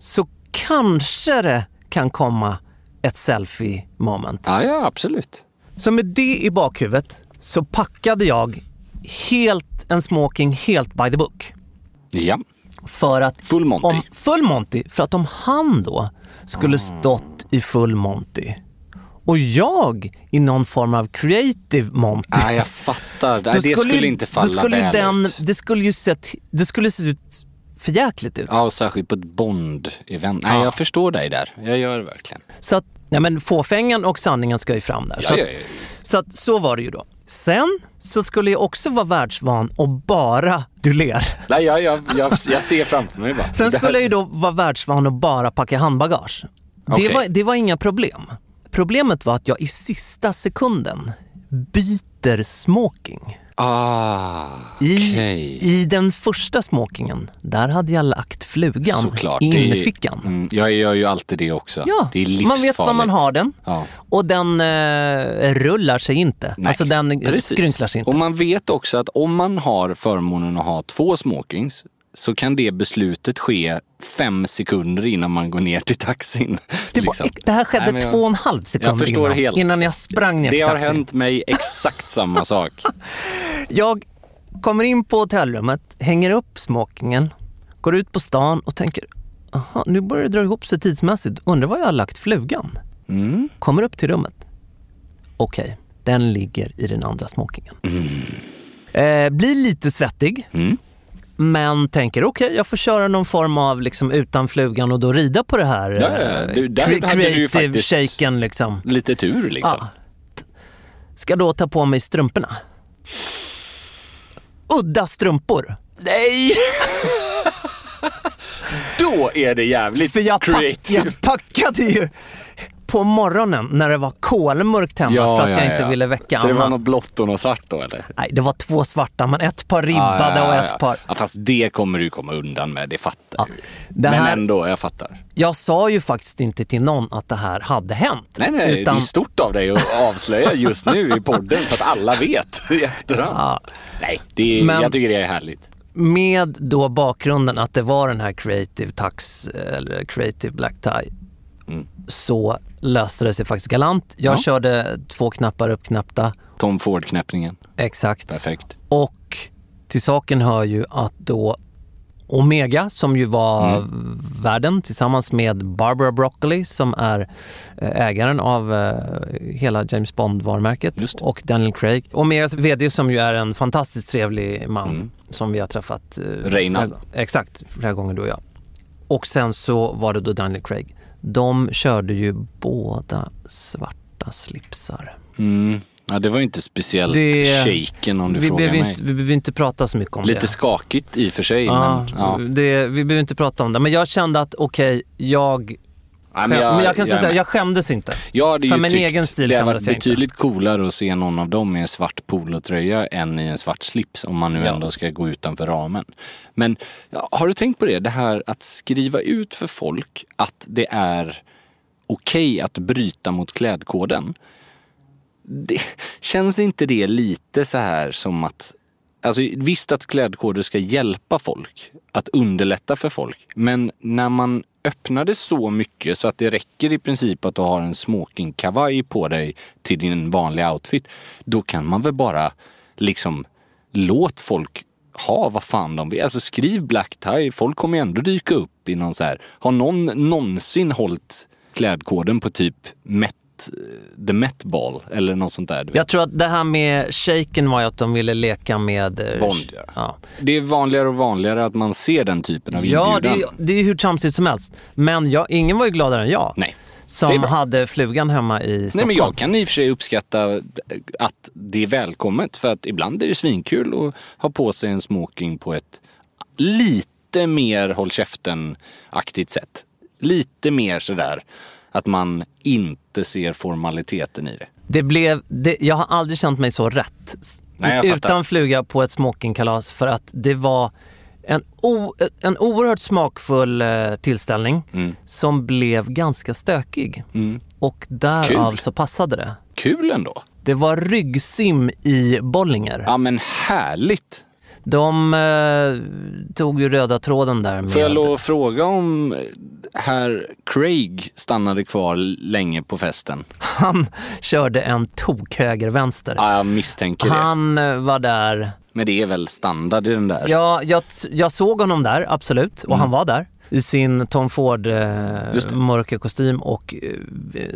S2: så kanske det kan komma ett selfie moment.
S1: Ja, ja, absolut.
S2: Så med det i bakhuvudet så packade jag helt en smoking helt by the book.
S1: Ja,
S2: För att
S1: full monty.
S2: Om, full Monty, för att om han då skulle
S1: Ah.
S2: stått i full Monty och jag i någon form av creative Monty.
S1: Ah, Ja,
S2: <laughs>
S1: jag fattar. Nej,
S2: då
S1: det skulle
S2: ju-
S1: inte falla
S2: då skulle ju
S1: väl
S2: den,
S1: ut.
S2: Det skulle ju sett, det skulle se ut för jäkligt ut.
S1: Ja, och särskilt på ett Bond-event. Nej, jag förstår dig där. Jag gör det verkligen.
S2: Så att, nej men fåfängan och sanningen ska ju fram där. så,
S1: Ja,
S2: att,
S1: ja, ja.
S2: Så, att, så var det ju då. Sen så skulle jag också vara världsvan och bara, du ler.
S1: Nej, jag, jag, jag, jag ser framför mig bara.
S2: Sen
S1: Det här-
S2: skulle jag ju då vara världsvan och bara packa handbagage.
S1: Okej.
S2: Det, var, det var inga problem. Problemet var att jag i sista sekunden byter smoking.
S1: Ah,
S2: I,
S1: okej.
S2: I den första smokingen, där hade jag lagt flugan
S1: Såklart.
S2: i
S1: det är-
S2: innerfickan.
S1: Mm, jag gör ju alltid det också.
S2: Ja,
S1: det är livsfarligt.
S2: man vet var man har den
S1: Ja.
S2: och den eh, rullar sig inte.
S1: Nej,
S2: alltså den
S1: precis.
S2: skrynklar sig inte.
S1: Och man vet också att om man har förmånen att ha två smokings så kan det beslutet ske fem sekunder innan man går ner till taxin.
S2: <laughs> det, var,
S1: liksom.
S2: det här skedde
S1: Nej, men jag-
S2: två och en halv sekund
S1: förstår
S2: innan,
S1: helt.
S2: innan jag sprang ner
S1: Det
S2: till
S1: har
S2: taxin.
S1: hänt mig exakt samma
S2: <laughs>
S1: sak.
S2: Jag kommer in på hotellrummet, hänger upp smokingen, går ut på stan och tänker Aha, nu börjar det dra ihop sig tidsmässigt. Undrar var jag har lagt flugan?
S1: Mm.
S2: Kommer upp till rummet. Okej, den ligger i den andra smokingen.
S1: Mm.
S2: Eh, blir lite svettig, men tänker okej, jag får köra någon form av liksom, utan flugan och då rida på det här eh,
S1: Ja, ja, ja. Du- där
S2: cre-
S1: hade du ju
S2: creative
S1: faktiskt-
S2: shaken. Liksom.
S1: Lite tur liksom.
S2: Ja. Ska då ta på mig strumporna. Udda strumpor.
S1: Nej! Då är det jävligt
S2: För jag, pack,
S1: creative.
S2: jag packade ju på morgonen när det var kolmörkt hemma för att jag inte ville väcka
S1: Så det var
S2: Anna.
S1: något blått och något svart då eller?
S2: Nej, det var två svarta, men ett par ribbade och ett par...
S1: Ja, fast det kommer du komma undan med, det fattar du.
S2: det
S1: Men
S2: här-
S1: ändå, jag fattar.
S2: Jag sa ju faktiskt inte till någon att det här hade hänt.
S1: Nej, nej,
S2: utan
S1: det är stort av dig att avslöja just nu i podden så att alla vet i efterhand. Nej, det är,
S2: Men-
S1: jag tycker det är härligt.
S2: med då bakgrunden att det var den här Creative Tax, eller Creative Black Tie, så löste det sig faktiskt galant. Jag
S1: Mm. Ja.
S2: körde två knappar uppknäppta.
S1: Tom Ford-knäppningen,
S2: Exakt.
S1: perfekt.
S2: Och till saken hör ju att då Omega, som ju var
S1: Mm.
S2: värden tillsammans med Barbara Broccoli som är eh, ägaren av eh, hela James Bond-varumärket
S1: Just det.
S2: och Daniel Craig. Omegas vd som ju är en fantastiskt trevlig man
S1: Mm.
S2: som vi har träffat. eh,
S1: Reinald.
S2: flera- Exakt, flera gånger du och jag. Och sen så var det då Daniel Craig. De körde ju båda svarta slipsar.
S1: Mm. Ja, det var ju inte speciellt
S2: Det-
S1: shaken om du
S2: vi
S1: frågar
S2: behöver ju
S1: mig.
S2: inte, vi behöver inte prata så mycket om det.
S1: Lite skakigt i och för sig,
S2: Ja,
S1: men... Ja.
S2: Det, vi behöver inte prata om det. Men jag kände att okej, jag,
S1: Nej,
S2: men jag, kan
S1: är
S2: säga
S1: med.
S2: jag skämdes inte.
S1: Jag hade
S2: För
S1: ju
S2: min
S1: tyckt
S2: egen stil
S1: det hade
S2: skämdes
S1: varit
S2: jag inte.
S1: betydligt coolare att se någon av dem i en svart polotröja än i en svart slips om man nu ändå ska gå utanför ramen. Men ja, har du tänkt på det? Det här att skriva ut för folk att det är okej att bryta mot klädkoden. Det, känns inte det lite så här som att Alltså, visst att klädkoder ska hjälpa folk, att underlätta för folk. Men när man öppnade så mycket så att det räcker i princip att du har en smokingkavaj på dig till din vanliga outfit, då kan man väl bara liksom låt folk ha vad fan de vill. Alltså skriv black tie. Folk kommer ju ändå dyka upp i någon så här. Har någon någonsin hållit klädkoden på typ met, eh, the met ball eller något sånt där? du vet?
S2: Jag tror att det här med shaken var ju att de ville leka med... eh,
S1: Bond, ja.
S2: ja.
S1: Det är vanligare och vanligare att man ser den typen av
S2: Ja, det
S1: inbjudan.
S2: är, ju- det är ju hur tramsigt som helst. Men jag, ingen var ju gladare än jag.
S1: Nej. Det är
S2: Som
S1: bra.
S2: hade flugan hemma i
S1: Nej,
S2: Stockholm.
S1: men jag kan i och för sig uppskatta att det är välkommet för att ibland är det svinkul att ha på sig en smoking på ett lite mer håll käften-aktigt sätt. Lite mer sådär att man inte ser formaliteten i det.
S2: Det blev, det, jag har aldrig känt mig så rätt. S-
S1: Nej, jag fattar.
S2: utan fluga på ett smokingkalas för att det var en, o, en oerhört smakfull eh, tillställning
S1: Mm.
S2: som blev ganska stökig. Och därav
S1: Kul.
S2: så passade det.
S1: Kul ändå.
S2: Det var ryggsim i Bollinger.
S1: Ja, men härligt.
S2: De eh, tog ju röda tråden där med...
S1: Får jag lov att fråga om herr Craig stannade kvar länge på festen?
S2: <laughs> Han körde en tokhöger-vänster.
S1: Ja, jag misstänker det.
S2: Han eh, var där.
S1: Men det är väl standard i den där?
S2: Ja, jag, t- jag såg honom där, absolut. Och han var där. I sin Tom Ford
S1: Mm. Just
S2: eh,
S1: det.
S2: mörka kostym och eh,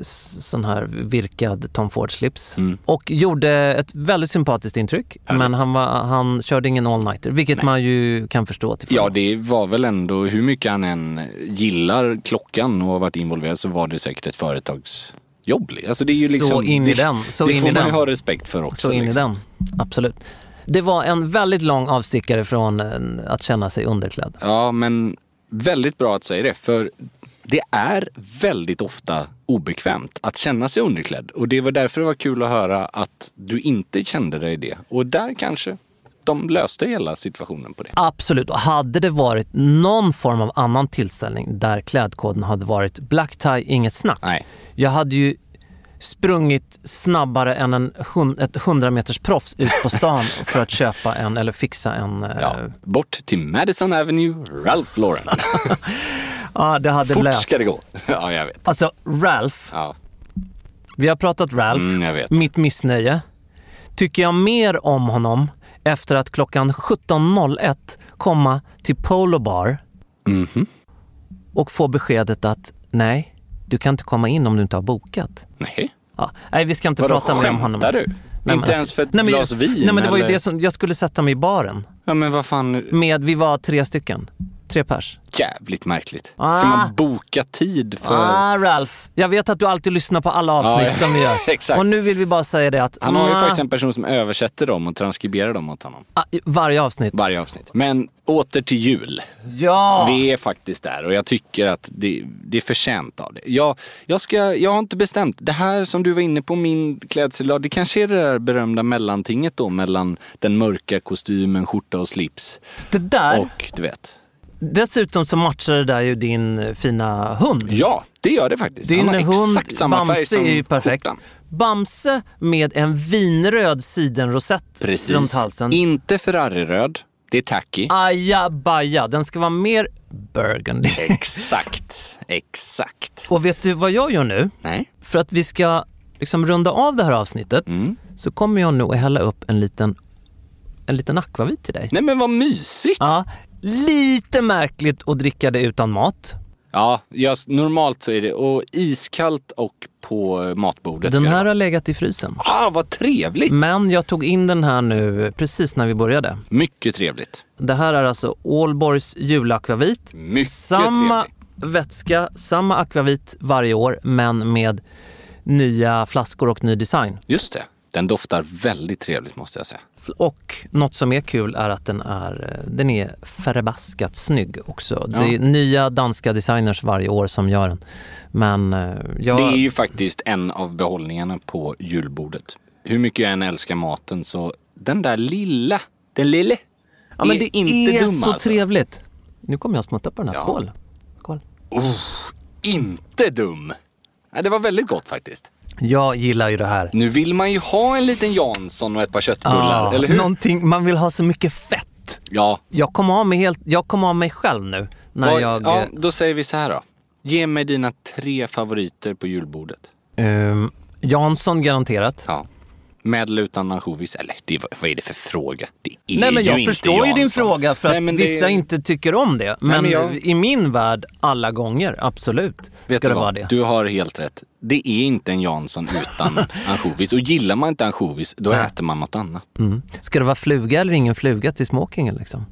S2: s- sån här virkad Tom Ford-slips.
S1: Mm.
S2: Och gjorde ett väldigt sympatiskt intryck. Men han, var, han körde ingen all-nighter, vilket man ju kan förstå till fullo.
S1: Ja, det var väl ändå, hur mycket han än gillar klockan och har varit involverad så var det säkert ett företagsjobb. Alltså det är ju
S2: Så
S1: liksom,
S2: in i
S1: det,
S2: den, så
S1: det
S2: in
S1: får
S2: i
S1: man ju
S2: den.
S1: ha respekt för också.
S2: Så in i
S1: liksom.
S2: den, absolut. Det var en väldigt lång avstickare från eh, att känna sig underklädd.
S1: Ja, men väldigt bra att säga det, för det är väldigt ofta obekvämt att känna sig underklädd. Och det var därför det var kul att höra att du inte kände dig det. Och där kanske de löste hela situationen på det.
S2: Absolut, och hade det varit någon form av annan tillställning där klädkoden hade varit black tie, inget snack.
S1: Nej.
S2: Jag hade ju sprungit snabbare än en hun- ett 100 meters proffs ut på stan för att köpa en eller fixa en... eh,
S1: Ja, bort till Madison Avenue, Ralph Lauren.
S2: ja, det hade
S1: Fort
S2: lösts.
S1: ska det gå. <laughs> Ja, jag vet.
S2: Alltså, Ralph.
S1: Ja.
S2: Vi har pratat Ralph.
S1: Mm, jag vet.
S2: Mitt missnöje. Tycker jag mer om honom efter att klockan 17.01 komma till Polo Bar
S1: Mhm.
S2: och få beskedet att nej, du kan inte komma in om du inte har bokat.
S1: Nej.
S2: Ja, nej, vi ska inte
S1: Vadå,
S2: prata mer om honom.
S1: skämtar du? Inte
S2: alltså-
S1: ens för ett
S2: nej, men,
S1: glas vin,
S2: Nej, men det var ju
S1: eller?
S2: det som, jag skulle sätta mig i baren.
S1: Ja men vad fan,
S2: Med, vi var tre stycken. Tre pers.
S1: jävligt märkligt. Ska
S2: Ah.
S1: man boka tid för...
S2: Ah, Ralf. Jag vet att du alltid lyssnar på alla avsnitt
S1: Ja,
S2: som vi gör.
S1: <laughs> exakt.
S2: Och nu vill vi bara säga det att...
S1: Han har ju
S2: ah,
S1: faktiskt en person som översätter dem och transkriberar dem åt honom.
S2: ah, i Varje avsnitt.
S1: Varje avsnitt. Men åter till jul.
S2: Ja!
S1: Vi är faktiskt där och jag tycker att det, det är förtjänt av det. Jag, jag, ska, jag har inte bestämt. Det här som du var inne på, min klädsel idag, det kanske är det där berömda mellantinget då mellan den mörka kostymen, skjorta och slips.
S2: Det där,
S1: Och du vet.
S2: dessutom så matchar det där ju din eh, fina hund.
S1: Ja, det gör det faktiskt.
S2: Din
S1: Han har
S2: hund
S1: exakt samma
S2: Bamse
S1: färg som
S2: är ju perfekt.
S1: skjortan.
S2: Bamse med en vinröd sidenrosett
S1: Precis.
S2: runt halsen. Ah.
S1: Inte Ferrari-röd. Det är tacky.
S2: Ajabaja, den ska vara mer burgundy.
S1: Exakt. Exakt.
S2: Och vet du vad jag gör nu?
S1: Nej.
S2: För att vi ska liksom runda av det här avsnittet
S1: Mm.
S2: så kommer jag nog att hälla upp en liten, en liten akvavit till dig.
S1: Nej men vad mysigt.
S2: Ja, lite märkligt att dricka det utan mat.
S1: Ja, jag, normalt så är det och iskallt och på eh, matbordet.
S2: Den
S1: ska
S2: här Mm.
S1: det
S2: har legat i frysen.
S1: vara. Ah, vad trevligt.
S2: Men jag tog in den här nu precis när vi började.
S1: Mycket trevligt.
S2: Det här är alltså Ålborgs julakvavit.
S1: Mycket
S2: Samma
S1: trevligt.
S2: vätska, samma akvavit varje år men med nya flaskor och ny design.
S1: Just det. Den doftar väldigt trevligt måste jag säga.
S2: Och något som är kul är att den är, den är förbaskat snygg också. Det är nya danska designers varje år som gör den. Men eh, jag...
S1: Det är ju faktiskt en av behållningarna på julbordet. Hur mycket jag än älskar maten så den där lilla, den lille,
S2: ja, men det
S1: inte
S2: är
S1: dum
S2: så
S1: alltså.
S2: trevligt. Nu kommer jag smutta på den här.
S1: Ja.
S2: Skål! Skål!
S1: Inte dum! Nej, det var väldigt gott faktiskt.
S2: Jag gillar ju det här.
S1: Nu vill man ju ha en liten Jansson och ett par köttbullar,
S2: Ah,
S1: eller hur?
S2: Någonting, man vill ha så mycket fett.
S1: Ja,
S2: Jag kommer av mig, helt, jag kommer av mig själv nu. När
S1: Vad-
S2: jag,
S1: ja, då säger vi så här då. Ge mig dina tre favoriter på julbordet.
S2: eh, ehm, Jansson garanterat.
S1: Ja. Med eller utan ansjovis? Eller det, vad- vad är det för fråga? Det är
S2: Nej, men
S1: ju
S2: jag
S1: inte
S2: förstår ju din
S1: Jansson.
S2: fråga för
S1: Nej,
S2: att
S1: men det-
S2: vissa inte tycker om det. Men,
S1: men jag-
S2: i min värld, alla gånger, absolut,
S1: Vet du
S2: ska det
S1: vad?
S2: vara det.
S1: Du har helt rätt. Det är inte en Jansson
S2: <laughs>
S1: utan ansjovis. Och gillar man inte ansjovis, då äter man något annat.
S2: Mm. Ska det vara fluga eller ingen fluga till smokingen liksom?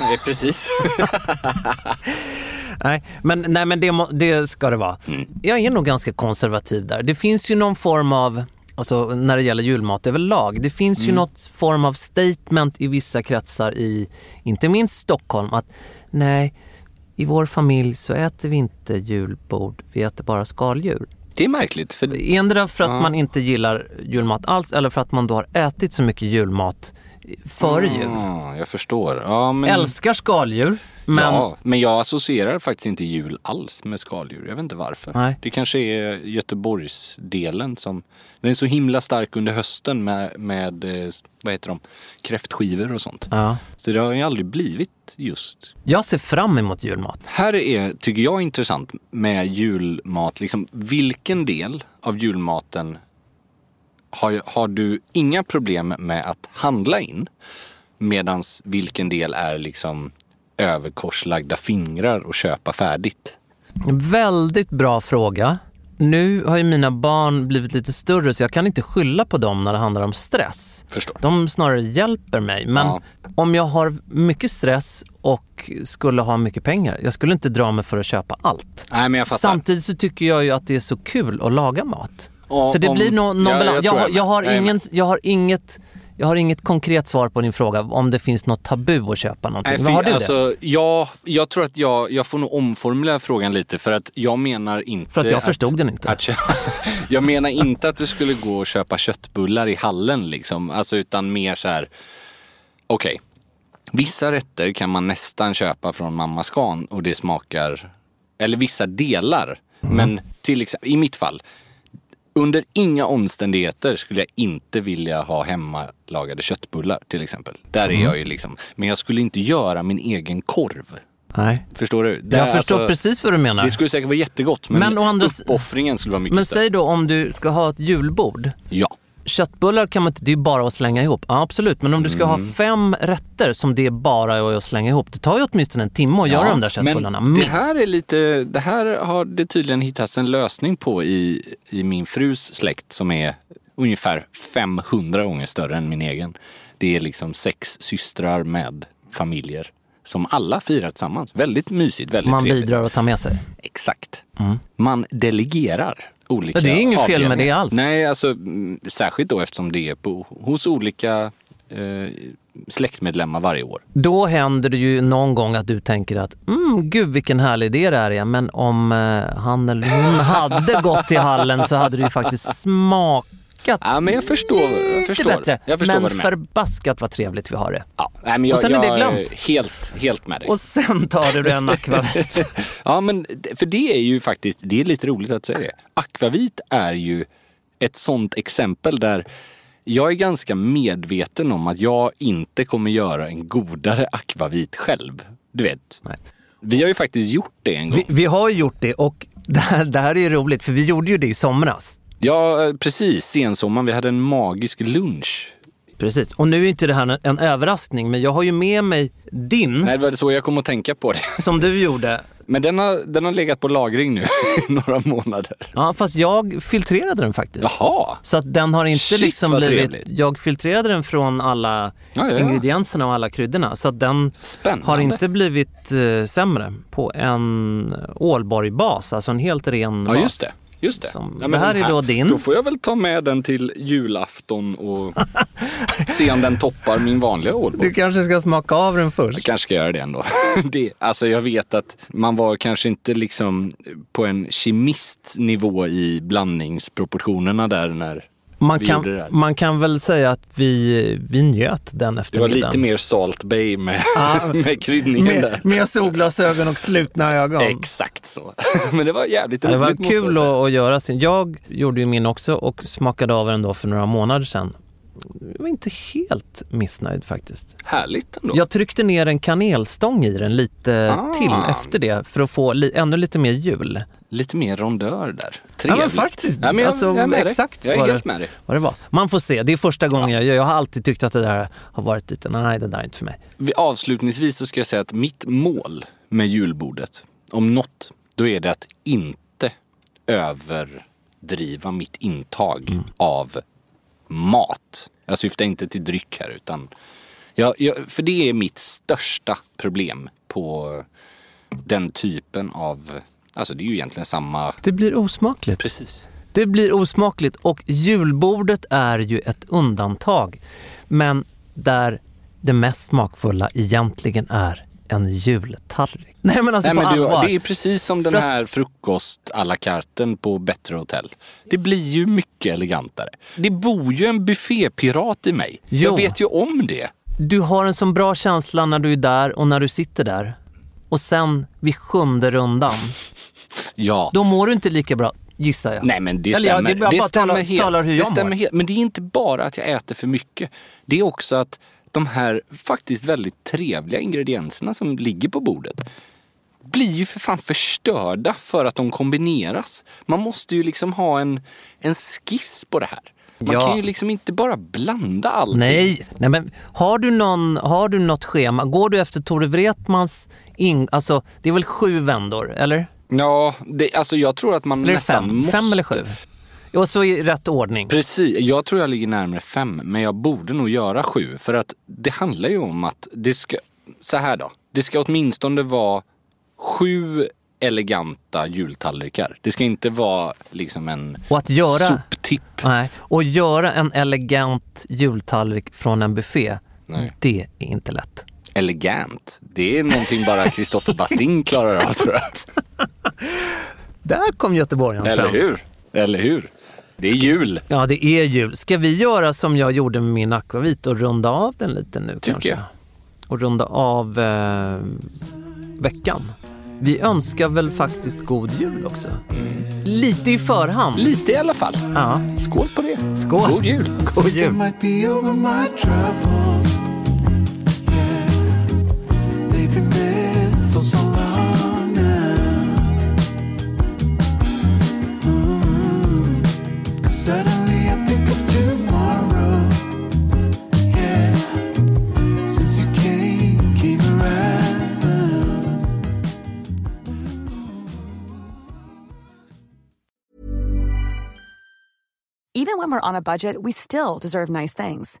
S1: Nej,
S2: <laughs>
S1: precis.
S2: Nej, men, nej, men det, må- det ska det vara. Jag är nog ganska konservativ där. Det finns ju någon form av, alltså, när det gäller julmat överlag, det finns ju något form av statement i vissa kretsar i, inte minst Stockholm, att nej, i vår familj så äter vi inte julbord, vi äter bara skaldjur.
S1: Det är märkligt, för
S2: Endera för att man inte gillar julmat alls eller för att man då har ätit så mycket julmat före
S1: Mm.
S2: jul.
S1: Ja, jag förstår. Ja, men...
S2: Älskar skaldjur, men
S1: Ja, men jag associerar faktiskt inte jul alls med skaldjur. Jag vet inte varför.
S2: Nej.
S1: Det kanske är Göteborgsdelen som... Den är så himla stark under hösten med, med eh, vad heter de, kräftskivor och sånt.
S2: Ja.
S1: Så det har ju aldrig blivit just.
S2: jag ser fram emot julmat.
S1: Här är, tycker jag, intressant med julmat. Liksom, vilken del av julmaten har, har du inga problem med att handla in? Medan vilken del är liksom överkorslagda fingrar och köpa färdigt?
S2: Väldigt bra fråga. Nu har ju mina barn blivit lite större så jag kan inte skylla på dem när det handlar om stress.
S1: Förstår.
S2: De snarare hjälper mig. Men
S1: Ja.
S2: om jag har mycket stress och skulle ha mycket pengar, jag skulle inte dra mig för att köpa allt.
S1: Nej, men jag fattar.
S2: Samtidigt så tycker jag ju att det är så kul att laga mat.
S1: Ja,
S2: så det
S1: om-
S2: blir nå- någon
S1: Ja, jag
S2: balans. Jag,
S1: tror
S2: har-
S1: jag
S2: jag, har
S1: med. Jag är
S2: ingen, jag, har inget, jag har inget konkret svar på din fråga om det finns något tabu att köpa någonting.
S1: Nej,
S2: Vad
S1: fy-
S2: har du det?
S1: alltså, Ja, jag tror att jag, jag får nog omformulera frågan lite för att jag menar inte...
S2: För att jag förstod den inte.
S1: Att, köpa- <laughs> jag menar inte att du skulle gå och köpa köttbullar i hallen liksom. Alltså utan mer så här... Okej. Vissa rätter kan man nästan köpa från Mamma Scan och det smakar... Eller vissa delar.
S2: Mm.
S1: Men till exempel, i mitt fall. Under inga omständigheter skulle jag inte vilja ha hemmalagade köttbullar till exempel. Där
S2: Mm.
S1: är jag ju liksom. Men jag skulle inte göra min egen korv.
S2: Nej.
S1: Förstår du? Där,
S2: Jag förstår
S1: alltså,
S2: precis vad du menar.
S1: Det skulle säkert vara jättegott men,
S2: Men å andra s-
S1: uppoffringen skulle vara mycket
S2: Men
S1: större.
S2: säg då om du ska ha ett julbord.
S1: Ja.
S2: Köttbullar kan man inte, det är bara att slänga ihop. Ja, absolut, men om du ska
S1: Mm.
S2: ha fem rätter som det är bara är att slänga ihop. Det tar ju åtminstone en timme att göra de där köttbullarna.
S1: Men det
S2: minst.
S1: här är lite, det här har det tydligen hittats en lösning på i, i min frus släkt som är ungefär 500 gånger större än min egen. Det är liksom sex systrar med familjer som alla firar tillsammans. Väldigt mysigt, väldigt
S2: Man
S1: trevligt.
S2: bidrar och tar med sig.
S1: Exakt. Man delegerar olika
S2: Mm. Ja, det är inget fel med
S1: avdelningar.
S2: det alls.
S1: Nej, alltså mm, särskilt då eftersom det är på, hos olika eh, släktmedlemmar varje år.
S2: Då händer det ju någon gång att du tänker att mm, gud vilken härlig idé det här är, men om eh, han eller
S1: <laughs>
S2: hon hade gått till hallen så hade det ju faktiskt smakat
S1: Ja, men jag förstår. Jag
S2: lite
S1: förstår,
S2: bättre.
S1: Jag förstår
S2: men
S1: vad du menar.
S2: förbaskat vad trevligt vi har det.
S1: Ja, nej, men jag,
S2: Och sen är
S1: jag
S2: det glömt.
S1: Helt, helt med dig.
S2: Och sen tar du en akvavit.
S1: <laughs> Ja, men d- för det är ju faktiskt, det är lite roligt att säga det. Akvavit är ju ett sånt exempel där jag är ganska medveten om att jag inte kommer göra en godare akvavit själv. Du vet.
S2: <laughs> Nej.
S1: Vi har ju faktiskt gjort det en gång.
S2: Vi, vi har ju gjort det och det här, det här är ju roligt för vi gjorde ju det i somras.
S1: Ja, eh, precis. Sensommaren. Vi hade en magisk lunch.
S2: Precis. Och nu är inte det här en överraskning men jag har ju med mig din
S1: Nej, det var så jag kom att tänka på det.
S2: som du gjorde.
S1: Men den har, den har legat på lagring nu <laughs> i några månader.
S2: Ja, fast jag filtrerade den faktiskt.
S1: Jaha!
S2: Så att den har inte
S1: Shit,
S2: liksom
S1: vad
S2: blivit...
S1: trevligt.
S2: Jag filtrerade den från alla
S1: Ja, ja.
S2: ingredienserna och alla kryddorna. Så att den
S1: Spännande.
S2: har inte blivit eh, sämre på en Ålborg-bas, alltså en helt ren
S1: Ja,
S2: bas.
S1: just det. Just det.
S2: Som-
S1: ja, men
S2: det här
S1: den
S2: är då din.
S1: Då får jag väl ta med den till julafton
S2: <laughs>
S1: och se om den toppar min vanliga
S2: Du
S1: Ålborg.
S2: kanske ska smaka av den först.
S1: Jag kanske ska göra det ändå. <laughs> Det, alltså jag vet att man var kanske inte liksom på en kemistnivå i blandningsproportionerna där när
S2: Man
S1: vi
S2: kan,
S1: gjorde det här.
S2: man kan väl säga att vi, vi njöt den
S1: Det var
S2: eftermiddagen.
S1: lite mer Salt Bay med,
S2: Ja.
S1: <laughs> med kryddningen där.
S2: Ah, Med, med solglasögon och slutna ögon.
S1: Exakt så. <laughs> Men det var jävligt
S2: Det var
S1: roligt måste jag
S2: kul
S1: säga.
S2: att, att göra sin. Jag gjorde ju min också och smakade av den då för några månader sedan. Jag var inte helt missnöjd faktiskt.
S1: Härligt ändå.
S2: Jag tryckte ner en kanelstång i den lite
S1: Ah.
S2: till efter det för att få li- ännu lite mer jul.
S1: lite mer rondör där. Trevligt.
S2: Ja, men faktiskt.
S1: Ja, men jag,
S2: Alltså,
S1: jag är med dig.
S2: exakt
S1: Jag är
S2: vad
S1: helt
S2: det-
S1: med dig.
S2: Vad det var. Man får se. Det är första gången jag gör. Jag har alltid tyckt att det där har varit lite, nej det där är inte för mig.
S1: Vi- Avslutningsvis så ska jag säga att mitt mål med julbordet, om något, då är det att inte överdriva mitt intag av mat. Jag syftar inte till dryck här utan, jag, jag, för det är mitt största problem på den typen av, alltså det är ju egentligen samma,
S2: Det blir osmakligt.
S1: precis.
S2: Det blir osmakligt och julbordet är ju ett undantag. Men där det mest smakfulla egentligen är en jultallrik. Nej men alltså
S1: Nej, men
S2: på
S1: du,
S2: allvar.
S1: det är precis som den
S2: För att-
S1: här frukost à la karten på Bättre Hotell. Det blir ju mycket elegantare. Det bor ju en buffépirat i mig.
S2: Jo.
S1: Jag vet ju om det.
S2: Du har en sån bra känsla när du är där och när du sitter där. Och sen vid sjunde rundan,
S1: Ja.
S2: då mår du inte lika bra gissar jag.
S1: Nej men det
S2: Eller
S1: stämmer.
S2: Ja, det, är bara
S1: det
S2: att
S1: stämmer
S2: tala,
S1: helt.
S2: Talar hur
S1: det
S2: jag mår.
S1: stämmer helt. Men det är inte bara att jag äter för mycket. Det är också att de här faktiskt väldigt trevliga ingredienserna som ligger på bordet blir ju för fan förstörda för att de kombineras. Man måste ju liksom ha en, en skiss på det här. Man
S2: Ja.
S1: kan ju liksom inte bara blanda allting.
S2: Nej, nej men har du, någon, har du något schema? Går du efter Tore Wretmans... In, alltså, det är väl sju vändor, eller?
S1: Ja, det, alltså jag tror att man
S2: Eller är det
S1: nästan
S2: fem?
S1: måste.
S2: Fem eller sju? Och så i rätt ordning.
S1: Precis, jag tror jag ligger närmare fem, men jag borde nog göra sju. För att det handlar ju om att det ska, så här då, det ska åtminstone vara sju eleganta jultallrikar. Det ska inte vara liksom en
S2: Och att göra-
S1: soptipp.
S2: Nej. Och göra en elegant jultallrik från en buffé,
S1: Nej.
S2: det är inte lätt.
S1: Elegant, det är någonting bara Kristoffer Bastin klarar av tror jag.
S2: Där kom göteborgaren
S1: Eller
S2: fram.
S1: hur? Eller hur? Det är jul,
S2: Ja, det är jul. Ska vi göra som jag gjorde med min akvavit och runda av den lite nu
S1: Tycker
S2: kanske?
S1: jag.
S2: Och runda av eh, veckan. Vi önskar väl faktiskt god jul också? Lite i förhand.
S1: lite i alla fall.
S2: Ja.
S1: Skål på det.
S2: Skål.
S1: God jul.
S2: God jul.
S3: might be over my troubles. Yeah, they've been there for so long now. mm Cause suddenly I think of tomorrow. Yeah, since you came, came around.
S5: Even when we're on a budget, we still deserve nice things.